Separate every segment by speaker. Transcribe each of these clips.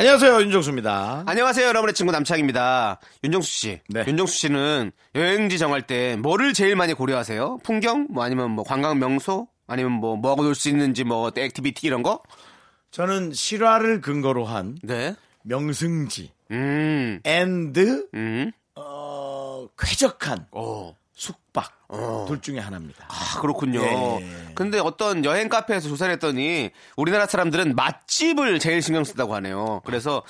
Speaker 1: 안녕하세요 윤정수입니다.
Speaker 2: 안녕하세요, 여러분의 친구 남창입니다. 윤정수 씨.
Speaker 1: 네.
Speaker 2: 윤정수 씨는 여행지 정할 때 뭐를 제일 많이 고려하세요? 풍경? 뭐 아니면 뭐 관광 명소? 아니면 뭐 뭐하고 놀 수 있는지 뭐 어떤 액티비티 이런 거?
Speaker 1: 저는 실화를 근거로 한
Speaker 2: 네.
Speaker 1: 명승지
Speaker 2: 음.
Speaker 1: 앤드
Speaker 2: 음.
Speaker 1: 어, 쾌적한
Speaker 2: 어.
Speaker 1: 숙박
Speaker 2: 어.
Speaker 1: 둘 중에 하나입니다.
Speaker 2: 아, 그렇군요.
Speaker 1: 예.
Speaker 2: 근데 어떤 여행 카페에서 조사를 했더니 우리나라 사람들은 맛집을 제일 신경 쓴다고 하네요. 그래서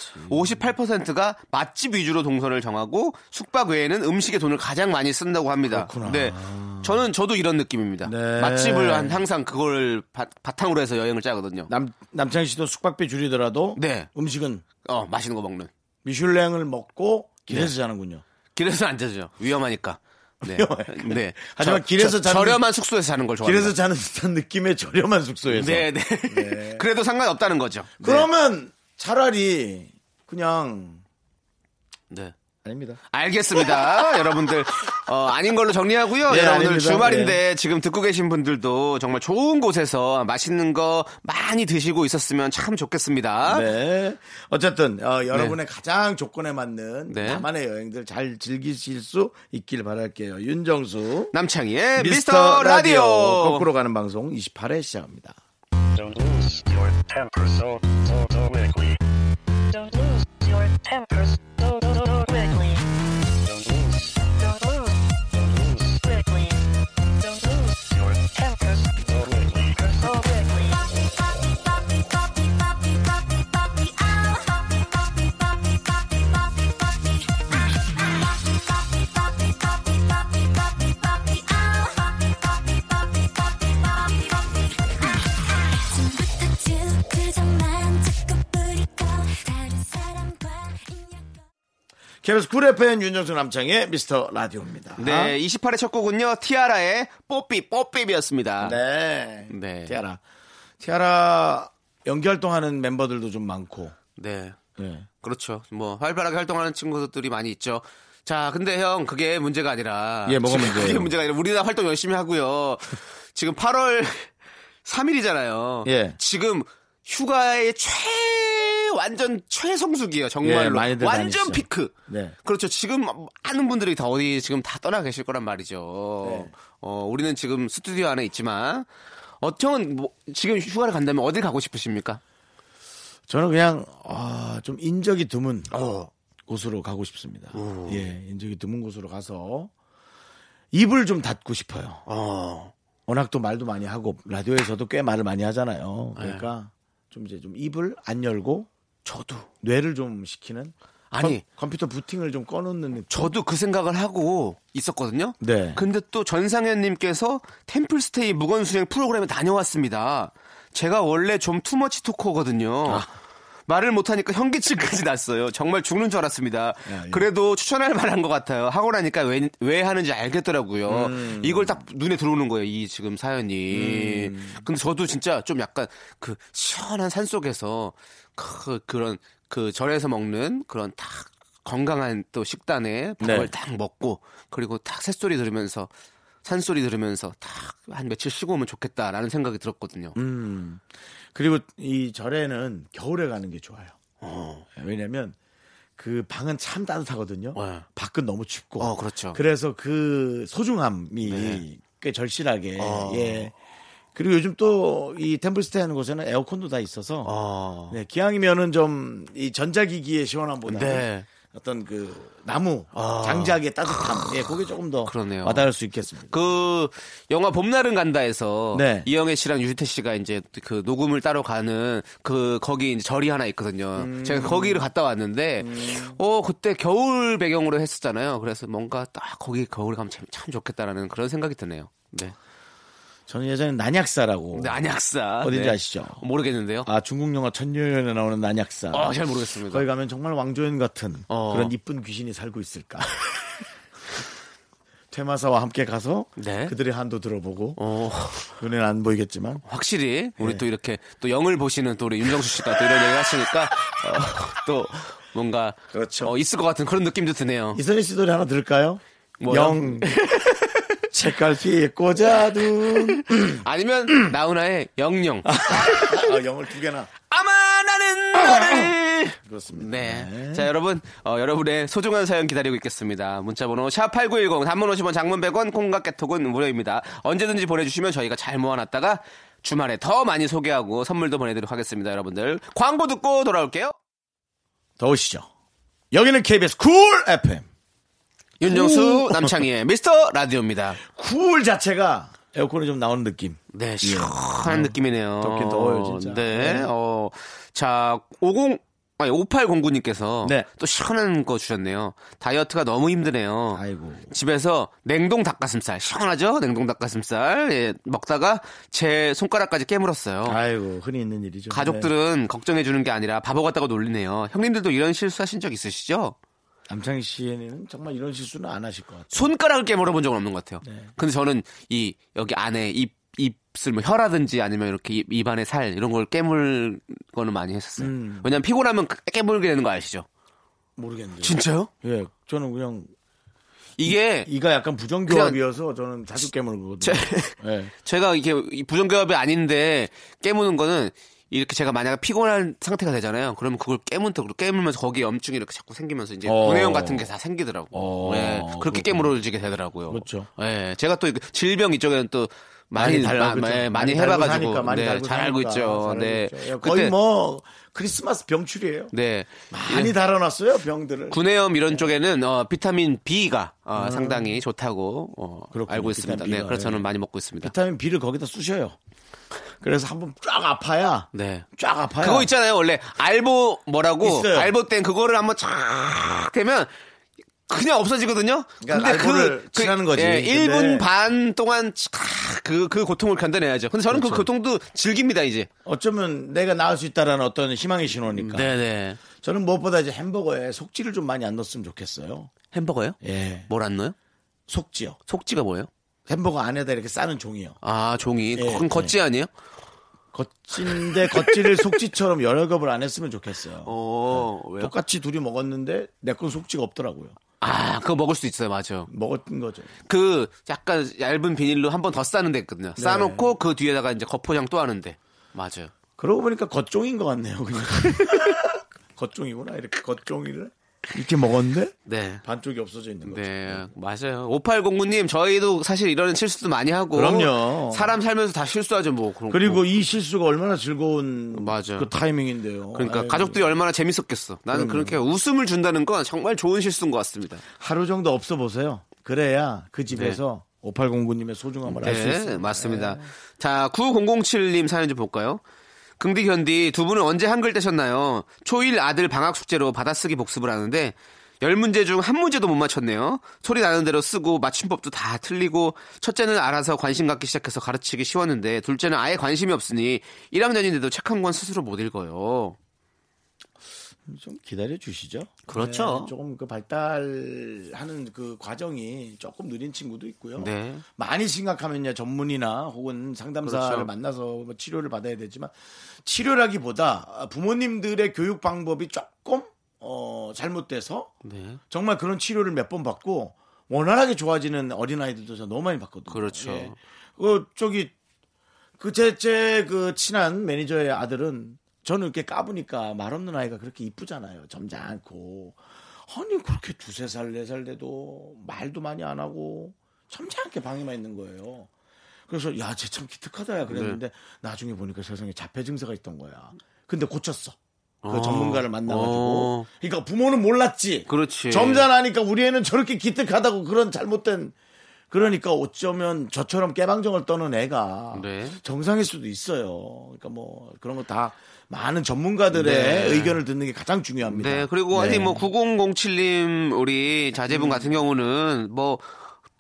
Speaker 2: 58%가 맛집 위주로 동선을 정하고 숙박 외에는 음식에 돈을 가장 많이 쓴다고 합니다.
Speaker 1: 그렇구나.
Speaker 2: 네. 저는 저도 이런 느낌입니다.
Speaker 1: 네.
Speaker 2: 맛집을 한- 항상 그걸 바, 탕으로 해서 여행을 짜거든요.
Speaker 1: 남 남창희 씨도 숙박비 줄이더라도
Speaker 2: 네.
Speaker 1: 음식은
Speaker 2: 어, 맛있는 거 먹는.
Speaker 1: 미슐랭을 먹고 길에서 자는군요.
Speaker 2: 길에서 안 자죠. 위험하니까. 네.
Speaker 1: 위험하니까.
Speaker 2: 네.
Speaker 1: 하지만 길에서 자는-
Speaker 2: 저렴한 숙소에서 자는 걸 좋아해요.
Speaker 1: 길에서 자는 듯한 느낌의 저렴한 숙소에서.
Speaker 2: 네, 네. 그래도 상관없다는 거죠. 네.
Speaker 1: 그러면 차라리 그냥
Speaker 2: 네.
Speaker 1: 아닙니다.
Speaker 2: 알겠습니다. 여러분들 어, 아닌 걸로 정리하고요.
Speaker 1: 네,
Speaker 2: 여러분들
Speaker 1: 아닙니다.
Speaker 2: 주말인데 지금 듣고 계신 분들도 정말 좋은 곳에서 맛있는 거 많이 드시고 있었으면 참 좋겠습니다.
Speaker 1: 네. 어쨌든 어, 여러분의 가장 조건에 맞는
Speaker 2: 네.
Speaker 1: 나만의 여행들 잘 즐기실 수 있길 바랄게요. 윤정수
Speaker 2: 남창희의 미스터 라디오.
Speaker 1: 거꾸로 가는 방송 28회 시작합니다.
Speaker 3: Don't lose your temper so, so, so quickly.
Speaker 4: Don't lose your tempers so, so, so quickly.
Speaker 3: Don't lose,
Speaker 4: Don't lose
Speaker 3: don't lose
Speaker 4: quickly. Don't lose
Speaker 3: your
Speaker 4: tempers
Speaker 3: so quickly.
Speaker 4: so quickly.
Speaker 1: KBS 쿨 FM 윤정수 남창의 미스터 라디오입니다.
Speaker 2: 네, 28의 첫 곡은요. 티아라의 뽀삐 뽀삐비였습니다.
Speaker 1: 네.
Speaker 2: 네.
Speaker 1: 티아라. 티아라 연기 활동하는 멤버들도 좀 많고.
Speaker 2: 네.
Speaker 1: 네.
Speaker 2: 그렇죠. 뭐 활발하게 활동하는 친구들이 많이 있죠. 자, 근데 형 그게 문제가 아니라
Speaker 1: 예, 뭐가
Speaker 2: 지금
Speaker 1: 문제예요?
Speaker 2: 그게 문제가 아니라 우리나라 활동 열심히 하고요. 지금 8월 3일이잖아요.
Speaker 1: 예.
Speaker 2: 지금 휴가의 최 완전 최성수기예요.
Speaker 1: 예,
Speaker 2: 정말로
Speaker 1: 많이들
Speaker 2: 완전
Speaker 1: 다니시죠.
Speaker 2: 피크.
Speaker 1: 네.
Speaker 2: 그렇죠. 지금 많은 분들이 다 어디 지금 다 떠나 계실 거란 말이죠.
Speaker 1: 네.
Speaker 2: 어, 우리는 지금 스튜디오 안에 있지만 어, 형은 뭐, 지금 휴가를 간다면 어딜 가고 싶으십니까?
Speaker 1: 저는 그냥 아, 좀 인적이 드문
Speaker 2: 어.
Speaker 1: 곳으로 가고 싶습니다. 예, 인적이 드문 곳으로 가서 입을 좀 닫고 싶어요.
Speaker 2: 어.
Speaker 1: 워낙 또 말도 많이 하고 라디오에서도 꽤 말을 많이 하잖아요.
Speaker 2: 네.
Speaker 1: 그러니까 좀 이제 좀 입을 안 열고
Speaker 2: 저도
Speaker 1: 뇌를 좀 시키는
Speaker 2: 아니.
Speaker 1: 컴, 퓨터 부팅을 좀 꺼놓는 느낌.
Speaker 2: 저도 그 생각을 하고 있었거든요.
Speaker 1: 네.
Speaker 2: 근데 또 전상현님께서 템플스테이 무건수행 프로그램에 다녀왔습니다. 제가 원래 좀 투머치 토커거든요. 말을 못하니까 현기증까지 났어요. 정말 죽는 줄 알았습니다.
Speaker 1: 예.
Speaker 2: 그래도 추천할 만한 것 같아요. 하고 나니까 왜, 왜 하는지 알겠더라고요.
Speaker 1: 음.
Speaker 2: 이걸 딱 눈에 들어오는 거예요. 이 지금 사연이.
Speaker 1: 음.
Speaker 2: 근데 저도 진짜 좀 약간 그 시원한 산 속에서 그, 그런 그 절에서 먹는 그런 딱 건강한 또 식단에 밥을
Speaker 1: 네.
Speaker 2: 딱 먹고 그리고 딱 새소리 들으면서 산소리 들으면서 딱 한 며칠 쉬고 오면 좋겠다라는 생각이 들었거든요.
Speaker 1: 음. 그리고 이 절에는 겨울에 가는 게 좋아요.
Speaker 2: 어.
Speaker 1: 왜냐면 그 방은 참 따뜻하거든요.
Speaker 2: 네.
Speaker 1: 밖은 너무 춥고.
Speaker 2: 어, 그렇죠.
Speaker 1: 래서그 소중함이
Speaker 2: 네.
Speaker 1: 꽤 절실하게.
Speaker 2: 어.
Speaker 1: 예. 그리고 요즘 또 이 템플스테이 하는 곳에는 에어컨도 다 있어서
Speaker 2: 어.
Speaker 1: 네, 기왕이면은 좀 이 전자기기의 시원함보다
Speaker 2: 네.
Speaker 1: 는 어떤 그 나무
Speaker 2: 아.
Speaker 1: 장작의 따뜻함, 예, 그게 조금 더
Speaker 2: 그러네요.
Speaker 1: 와닿을 수 있겠습니다.
Speaker 2: 그 영화 봄날은 간다에서
Speaker 1: 네.
Speaker 2: 이영애 씨랑 유지태 씨가 이제 그 녹음을 따러 가는 그 거기 이제 절이 하나 있거든요.
Speaker 1: 음.
Speaker 2: 제가 거기를 갔다 왔는데 어 그때 겨울 배경으로 했었잖아요. 그래서 뭔가 딱 거기 겨울에 가면 참, 참 좋겠다라는 그런 생각이 드네요. 네.
Speaker 1: 저는 예전에 난약사라고
Speaker 2: 난약사.
Speaker 1: 어딘지
Speaker 2: 네.
Speaker 1: 아시죠?
Speaker 2: 모르겠는데요.
Speaker 1: 아 중국 영화 천년에 나오는 난약사.
Speaker 2: 아, 잘 모르겠습니다.
Speaker 1: 거기 가면 정말 왕조연 같은
Speaker 2: 어.
Speaker 1: 그런 이쁜 귀신이 살고 있을까? 퇴마사와 함께 가서
Speaker 2: 네.
Speaker 1: 그들의 한도 들어보고
Speaker 2: 어,
Speaker 1: 눈에는 안 보이겠지만
Speaker 2: 확실히 우리
Speaker 1: 네.
Speaker 2: 또 이렇게 또 영을 보시는 또 우리 윤정수 씨가 또 이런 얘기 하시니까 어, 또 뭔가
Speaker 1: 그렇죠.
Speaker 2: 어, 있을 것 같은 그런 느낌도 드네요.
Speaker 1: 이선희 씨 노래 하나 들을까요?
Speaker 2: 뭐요?
Speaker 1: 영 책갈피에 꽂아둔
Speaker 2: 아니면 나훈아의 영영.
Speaker 1: 아, 영을 두 개나
Speaker 2: 아마 나는 너를
Speaker 1: 그렇습니다.
Speaker 2: 네. 자, 여러분, 어, 여러분의 소중한 사연 기다리고 있겠습니다. 문자번호 샵8910, 단문 50원, 장문 100원, 콩과 깨톡은 무료입니다. 언제든지 보내주시면 저희가 잘 모아놨다가 주말에 더 많이 소개하고 선물도 보내드리도록 하겠습니다, 여러분들. 광고 듣고 돌아올게요.
Speaker 1: 더우시죠? 여기는 KBS 쿨 FM.
Speaker 2: 윤정수, 남창희의 미스터 라디오입니다.
Speaker 1: 쿨 자체가 에어컨이 좀 나오는 느낌.
Speaker 2: 네, 시원한 느낌이네요.
Speaker 1: 예. 덥긴 더워요, 진짜.
Speaker 2: 네,
Speaker 1: 네.
Speaker 2: 어, 자, 50, 아니, 5809님께서
Speaker 1: 네.
Speaker 2: 또 시원한 거 주셨네요. 다이어트가 너무 힘드네요.
Speaker 1: 아이고.
Speaker 2: 집에서 냉동 닭가슴살, 시원하죠? 냉동 닭가슴살, 예, 먹다가 제 손가락까지 깨물었어요.
Speaker 1: 아이고 네. 흔히 있는 일이죠. 네.
Speaker 2: 가족들은 걱정해주는 게 아니라 바보 같다고 놀리네요. 형님들도 이런 실수하신 적 있으시죠?
Speaker 1: 남창희 씨는 정말 이런 실수는 안 하실 것 같아요.
Speaker 2: 손가락을 깨물어 본 적은 없는 것 같아요. 근데 저는 이 여기 안에 입 입술 뭐 혀라든지 아니면 이렇게 입, 입안의 살 이런 걸 깨물 거는 많이 했었어요. 왜냐면 피곤하면 깨물게 되는 거 아시죠?
Speaker 1: 모르겠는데.
Speaker 2: 진짜요?
Speaker 1: 예, 저는 그냥
Speaker 2: 이게
Speaker 1: 이가 약간 부정교합이어서 저는 자주 깨물거든요.
Speaker 2: 제-
Speaker 1: 예.
Speaker 2: 제가 이렇게 이 부정교합이 아닌데 깨무는 거는 이렇게 제가 만약에 피곤한 상태가 되잖아요. 그러면 그걸 깨문다고 깨물면서 거기에 염증이 이렇게 자꾸 생기면서 이제
Speaker 1: 어.
Speaker 2: 구내염 같은 게 다 생기더라고.
Speaker 1: 어,
Speaker 2: 요 예, 그렇게 깨물어지게 되더라고요.
Speaker 1: 그렇죠.
Speaker 2: 예, 제가 또 이그 질병 이쪽에는 또 많이
Speaker 1: 많이 달고 그죠?
Speaker 2: 마- 예, 많이,
Speaker 1: 많이 달고
Speaker 2: 해봐가지고
Speaker 1: 사니까, 많이
Speaker 2: 네,
Speaker 1: 달고
Speaker 2: 잘 알고
Speaker 1: 사니까. 잘
Speaker 2: 있죠.
Speaker 1: 알고
Speaker 2: 네,
Speaker 1: 있죠. 예, 거의 뭐 크리스마스 병출이에요.
Speaker 2: 네
Speaker 1: 많이 달아놨어요 병들을.
Speaker 2: 구내염 이런 쪽에는 어, 비타민 B가 어, 상당히 좋다고 어,
Speaker 1: 음. 그렇군요.
Speaker 2: 알고 있습니다.
Speaker 1: 비타민
Speaker 2: 네,
Speaker 1: B가,
Speaker 2: 그래서 저는
Speaker 1: 네.
Speaker 2: 많이 먹고 있습니다.
Speaker 1: 비타민 B를 거기다 쑤셔요. 그래서 한번 쫙 아파야.
Speaker 2: 네.
Speaker 1: 쫙 아파요.
Speaker 2: 그거 있잖아요. 원래 알보 뭐라고
Speaker 1: 있어요.
Speaker 2: 알보 땐 그거를 한번 쫙 되면 그냥 없어지거든요.
Speaker 1: 그러니까 알보를 칠하는 거지. 네.
Speaker 2: 예,
Speaker 1: 근데-
Speaker 2: 1분 반 동안 그그 그 고통을 견뎌내야죠. 근데 저는 그
Speaker 1: 그렇죠.
Speaker 2: 고통도 즐깁니다, 이제.
Speaker 1: 어쩌면 내가 나을 수 있다라는 어떤 희망의 신호니까.
Speaker 2: 네, 네.
Speaker 1: 저는 무엇보다 이제 햄버거에 속지를 좀 많이 안 넣었으면 좋겠어요.
Speaker 2: 햄버거요?
Speaker 1: 예.
Speaker 2: 뭘 안 넣어요?
Speaker 1: 속지요.
Speaker 2: 속지가 뭐예요?
Speaker 1: 햄버거 안에다 이렇게 싸는 종이요.
Speaker 2: 아, 종이.
Speaker 1: 예,
Speaker 2: 그건 겉지 아니에요?
Speaker 1: 겉진데 겉지를 속지처럼 여러 겹을 안 했으면 좋겠어요.
Speaker 2: 어, 왜요?
Speaker 1: 똑같이 둘이 먹었는데 내 건 속지가 없더라고요.
Speaker 2: 아, 그거 먹을 수 있어요. 맞아.
Speaker 1: 먹었던 거죠.
Speaker 2: 그 약간 얇은 비닐로 한 번 더 싸는 데 있거든요.
Speaker 1: 네.
Speaker 2: 싸놓고 그 뒤에다가 이제 겉포장 또 하는데. 맞아요.
Speaker 1: 그러고 보니까 겉종인 것 같네요. 그냥. 겉종이구나. 이렇게 겉종이를 이렇게 먹었는데
Speaker 2: 네.
Speaker 1: 반쪽이 없어져 있는 거죠.
Speaker 2: 네, 맞아요. 5809님, 저희도 사실 이런 실수도 많이 하고.
Speaker 1: 그럼요.
Speaker 2: 사람 살면서 다 실수하죠, 뭐. 그런
Speaker 1: 그리고 이 실수가 얼마나 즐거운
Speaker 2: 맞아요.
Speaker 1: 그 타이밍인데요.
Speaker 2: 그러니까
Speaker 1: 아유, 예.
Speaker 2: 가족들이 얼마나 재밌었겠어. 나는 그렇게 웃음을 준다는 건 정말 좋은 실수인 것 같습니다.
Speaker 1: 하루 정도 없어 보세요. 그래야 그 집에서 5809님의 소중함을 알 수
Speaker 2: 네,
Speaker 1: 있어요.
Speaker 2: 맞습니다. 자, 9007님 사연 좀 볼까요? 긍디 견디 두 분은 언제 한글 떼셨나요? 초일 아들 방학 숙제로 받아쓰기 복습을 하는데 열 문제 중 한 문제도 못 맞췄네요. 소리 나는 대로 쓰고 맞춤법도 다 틀리고 첫째는 알아서 관심 갖기 시작해서 가르치기 쉬웠는데 둘째는 아예 관심이 없으니 1학년인데도 책 한 권 스스로 못 읽어요.
Speaker 1: 좀 기다려 주시죠.
Speaker 2: 그렇죠.
Speaker 1: 조금 그 발달하는 그 과정이 조금 느린 친구도 있고요.
Speaker 2: 네.
Speaker 1: 많이 심각하면요 전문이나 혹은 상담사를
Speaker 2: 그렇죠.
Speaker 1: 만나서 뭐 치료를 받아야 되지만 치료라기보다 부모님들의 교육 방법이 조금 어 잘못돼서
Speaker 2: 네.
Speaker 1: 정말 그런 치료를 몇 번 받고 원활하게 좋아지는 어린 아이들도 저 너무 많이 봤거든요.
Speaker 2: 그렇죠.
Speaker 1: 그 저기 그제제그 친한 매니저의 아들은 저는 이렇게 까보니까 말 없는 아이가 그렇게 이쁘잖아요. 점잖고 아니 그렇게 두세 살 네 살 돼도 말도 많이 안 하고 점잖게 방에만 있는 거예요. 그래서 야쟤 참 기특하다야 그랬는데
Speaker 2: 네.
Speaker 1: 나중에 보니까 세상에 자폐 증세가 있던 거야. 근데 고쳤어. 그
Speaker 2: 어.
Speaker 1: 전문가를 만나가지고
Speaker 2: 어.
Speaker 1: 그러니까 부모는 몰랐지.
Speaker 2: 그렇지.
Speaker 1: 점잖하니까 우리 애는 저렇게 기특하다고 그런 잘못된 그러니까 어쩌면 저처럼 깨방정을 떠는 애가
Speaker 2: 네.
Speaker 1: 정상일 수도 있어요. 그러니까 뭐 그런 거 다 많은 전문가들의
Speaker 2: 네.
Speaker 1: 의견을 듣는 게 가장 중요합니다.
Speaker 2: 네, 그리고 아니
Speaker 1: 네. 음.
Speaker 2: 뭐 9007님 우리 자제분 같은 경우는 뭐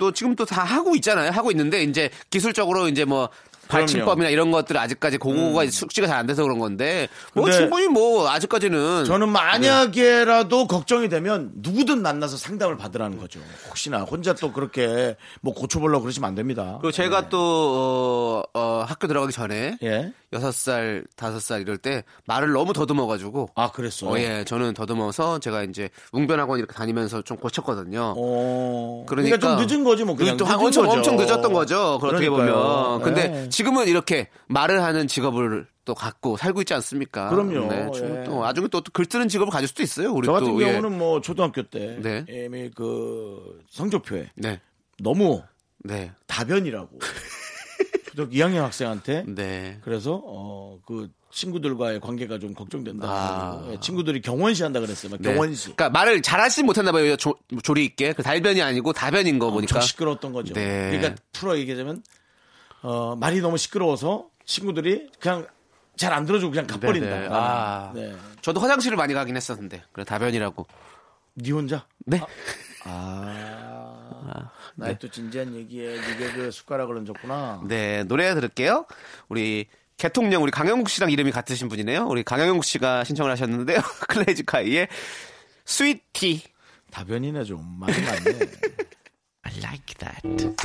Speaker 2: 또 지금 또 다 하고 있잖아요. 하고 있는데 이제 기술적으로 이제 뭐 발침법이나 이런 것들 아직까지 공고가 숙지가 잘 안 돼서 그런 건데 뭐
Speaker 1: 음. 근데
Speaker 2: 충분히 뭐 아직까지는
Speaker 1: 저는 만약에라도 걱정이 되면 누구든 만나서 상담을 받으라는 거죠. 혹시나 혼자 또 그렇게 뭐 고쳐보려고 그러시면 안 됩니다.
Speaker 2: 그리고 제가 또 어, 어, 학교 들어가기 전에
Speaker 1: 네. 예.
Speaker 2: 여섯 살 다섯 살 이럴 때 말을 너무 더듬어 가지고
Speaker 1: 아, 그랬어.
Speaker 2: 어, 예, 저는 더듬어서 제가 이제 웅변학원 이렇게 다니면서 좀 고쳤거든요.
Speaker 1: 어.
Speaker 2: 그러니까,
Speaker 1: 그러니까, 좀 늦은 거지 뭐 그냥
Speaker 2: 또 한-
Speaker 1: 늦은
Speaker 2: 엄청,
Speaker 1: 거죠.
Speaker 2: 엄청 늦었던 거죠. 그걸 어떻게
Speaker 1: 그러니까요.
Speaker 2: 보면. 근데
Speaker 1: 네.
Speaker 2: 지금은 이렇게 말을 하는 직업을 또 갖고 살고 있지 않습니까? 네,
Speaker 1: 그럼요.
Speaker 2: 지금
Speaker 1: 예.
Speaker 2: 또 나중에 또 글쓰는 직업을 가질 수도 있어요. 우리
Speaker 1: 저 같은
Speaker 2: 또, 예.
Speaker 1: 경우는 뭐 초등학교 때
Speaker 2: 네.
Speaker 1: 이미 그 성적표에
Speaker 2: 네.
Speaker 1: 너무
Speaker 2: 네.
Speaker 1: 다변이라고 초등 2학년 학생한테
Speaker 2: 네.
Speaker 1: 그래서 어 그 친구들과의 관계가 좀 걱정된다.
Speaker 2: 아.
Speaker 1: 그래가지고 예, 친구들이 경원시 한다 그랬어요. 막
Speaker 2: 네.
Speaker 1: 경원시.
Speaker 2: 그러니까 말을 잘하지 못했나 봐요. 조, 조리 있게. 그 달변이 아니고 다변인 거 보니까.
Speaker 1: 엄청 시끄러웠던 거죠.
Speaker 2: 네.
Speaker 1: 그러니까 풀어 얘기하자면 어, 말이 너무 시끄러워서 친구들이 그냥 잘 안 들어주고 그냥 가버린다.
Speaker 2: 네, 네. 아.
Speaker 1: 네.
Speaker 2: 저도 화장실을 많이 가긴 했었는데. 그래 다변이라고.
Speaker 1: 네 혼자?
Speaker 2: 네.
Speaker 1: 아. 나의 또 진지한 얘기에 이게 그 숟가락을 얹었구나.
Speaker 2: 네, 노래 들을게요. 우리 개통령 우리 강영국 씨랑 이름이 같으신 분이네요. 우리 강영국 씨가 신청을 하셨는데요. 클래지카이의 스위티.
Speaker 1: 다변이네 좀 많이 많네.
Speaker 2: I like that.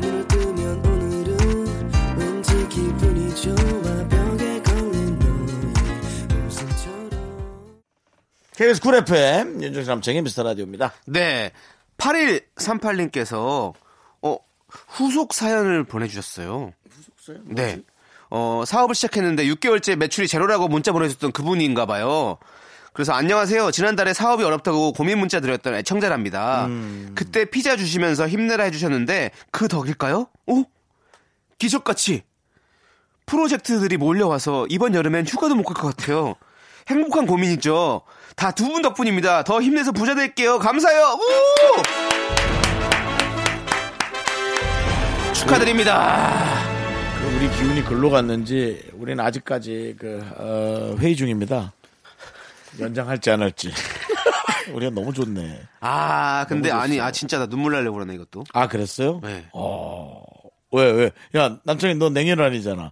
Speaker 5: 눈을 뜨면 오늘은 왠지 기분이 좋아 벽에 걸린 너의 웃음처럼
Speaker 1: KBS 쿨 FM 윤정수 남창의 미스터 라디오입니다.
Speaker 2: 네. 8138님께서 어, 후속 사연을 보내 주셨어요. 네. 어, 사업을 시작했는데 6개월째 매출이 제로라고 문자 보내줬던 그분인가 봐요. 그래서 안녕하세요. 지난달에 사업이 어렵다고 고민 문자 드렸던 애청자랍니다. 그때 피자 주시면서 힘내라 해주셨는데 그 덕일까요? 어? 기적같이 프로젝트들이 몰려와서 이번 여름엔 휴가도 못 갈 것 같아요. 행복한 고민이죠. 다 두 분 덕분입니다. 더 힘내서 부자 될게요. 감사해요. 우! 축하드립니다.
Speaker 1: 그 우리 기운이 글로 갔는지 우리는 아직까지 그 어, 회의 중입니다. 연장할지 안 할지. 우리가 너무 좋네.
Speaker 2: 아, 근데 아니, 아 진짜 나 눈물 날려고 그러네 이것도.
Speaker 1: 아 그랬어요?
Speaker 2: 네.
Speaker 1: 왜 왜? 야 남창이 너 냉혈 아니잖아.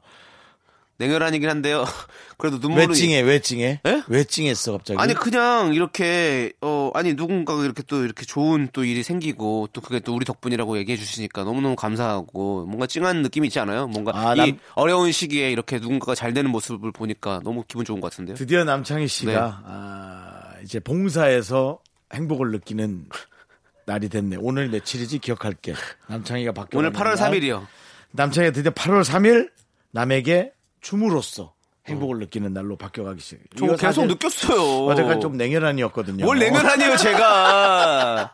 Speaker 2: 냉혈한이긴 한데요. 그래도
Speaker 1: 왜
Speaker 2: 눈물로
Speaker 1: 찡해? 왜 찡해?
Speaker 2: 예?
Speaker 1: 왜 찡했어 갑자기?
Speaker 2: 아니 그냥 이렇게 어 아니 누군가가 이렇게 또 이렇게 좋은 또 일이 생기고 또 그게 또 우리 덕분이라고 얘기해 주시니까 너무너무 감사하고 뭔가 찡한 느낌 있지 않아요? 뭔가
Speaker 1: 아,
Speaker 2: 이
Speaker 1: 남-
Speaker 2: 어려운 시기에 이렇게 누군가가 잘 되는 모습을 보니까 너무 기분 좋은 것 같은데요.
Speaker 1: 드디어 남창희 씨가
Speaker 2: 네.
Speaker 1: 아, 이제 봉사에서 행복을 느끼는 날이 됐네. 오늘 며칠이지 기억할게. 남창희가 바뀌어.
Speaker 2: 오늘 8월 3일이요.
Speaker 1: 남창희가 드디어 8월 3일 남에게 춤으로써 행복을 느끼는 날로 바뀌어가기 시작.
Speaker 2: 저 계속 느꼈어요.
Speaker 1: 어제까지 좀 네. 냉혈한이었거든요.
Speaker 2: 뭘 냉혈한이에요, 제가.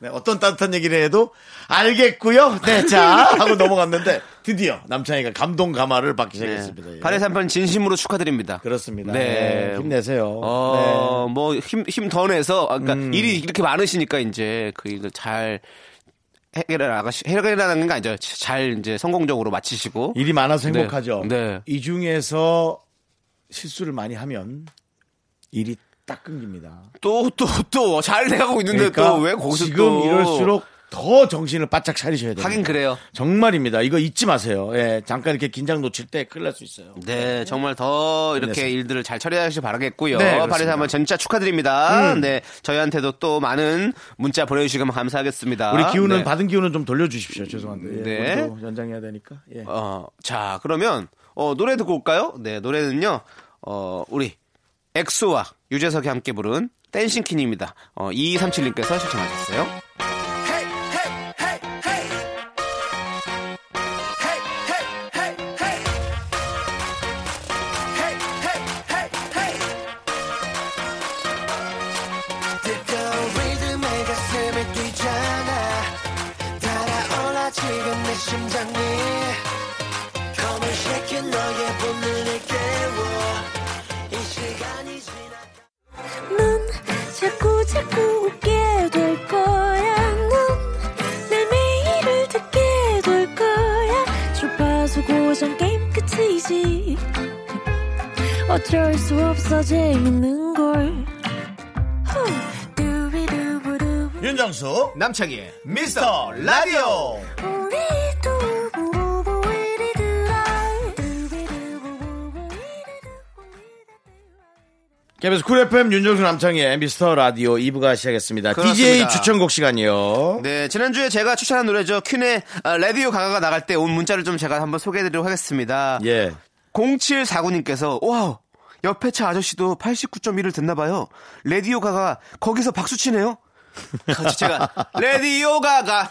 Speaker 1: 네, 어떤 따뜻한 얘기를 해도 알겠고요. 네, 자 하고 넘어갔는데 드디어 남창희가 감동 감화를 받기 시작했습니다. 예.
Speaker 2: 8월 3일 진심으로 축하드립니다.
Speaker 1: 그렇습니다.
Speaker 2: 네.
Speaker 1: 네, 힘내세요.
Speaker 2: 어,
Speaker 1: 네.
Speaker 2: 뭐, 힘, 힘 더 내서, 아, 그러니까
Speaker 1: 음.
Speaker 2: 일이 이렇게 많으시니까 이제 그 일을 잘 해결해 나가시, 해결해 나가는 게 아니죠. 잘 이제 성공적으로 마치시고.
Speaker 1: 일이 많아서
Speaker 2: 네.
Speaker 1: 행복하죠.
Speaker 2: 네.
Speaker 1: 이 중에서 실수를 많이 하면 일이 딱 끊깁니다.
Speaker 2: 또, 또, 또, 잘 돼가고 있는데 또 왜 거기서
Speaker 1: 그러니까 지금
Speaker 2: 또
Speaker 1: 이럴수록 더 정신을 바짝 차리셔야 돼요.
Speaker 2: 하긴 그래요.
Speaker 1: 정말입니다. 이거 잊지 마세요. 예, 잠깐 이렇게 긴장 놓칠 때 큰일 날 수 있어요.
Speaker 2: 네, 정말 더 이렇게
Speaker 1: 힘내세요.
Speaker 2: 일들을 잘 처리하시길 바라겠고요.
Speaker 1: 네, 그렇습니다. 음.
Speaker 2: 파리사 한번 진짜 축하드립니다. 네, 저희한테도 또 많은 문자 보내주시면 감사하겠습니다.
Speaker 1: 우리 기운은
Speaker 2: 네.
Speaker 1: 받은 기운은 좀 돌려주십시오. 죄송한데. 예,
Speaker 2: 네.
Speaker 1: 우리도 연장해야 되니까. 예.
Speaker 2: 어, 자, 그러면 어, 노래 듣고 올까요? 네, 노래는요. 어, 우리 엑소와 유재석이 함께 부른 댄싱 퀸입니다. 어, 2237님께서 신청하셨어요.
Speaker 5: 뜨거운 리듬에 가슴이 뛰잖아 달아올라 지금 내 심장이 검을 새긴 너의 본능을 깨워 이 시간이 지나
Speaker 6: 넌 자꾸 자꾸 웃게 거전 게임 끝이지 어쩔 수 없어 재밌는 걸 후. 두비두부두.
Speaker 7: 윤정수 남창희의 미스터 라디오
Speaker 6: 우리 두부부부 우리들아. 두비두부부부 우리들아.
Speaker 1: KBS 쿨 FM 윤정수 남창희의 미스터 라디오 2부가 시작했습니다.
Speaker 2: 그렇습니다.
Speaker 1: DJ 추천곡 시간이요.
Speaker 2: 네, 지난주에 제가 추천한 노래죠. 퀸의 아, 라디오 가가가 나갈 때 온 문자를 좀 제가 한번 소개해드리도록 하겠습니다.
Speaker 1: 예.
Speaker 2: 0749님께서 와우 옆에 차 아저씨도 89.1을 듣나봐요. 레디오 가가 거기서 박수 치네요. 같이 제가 레디오 가가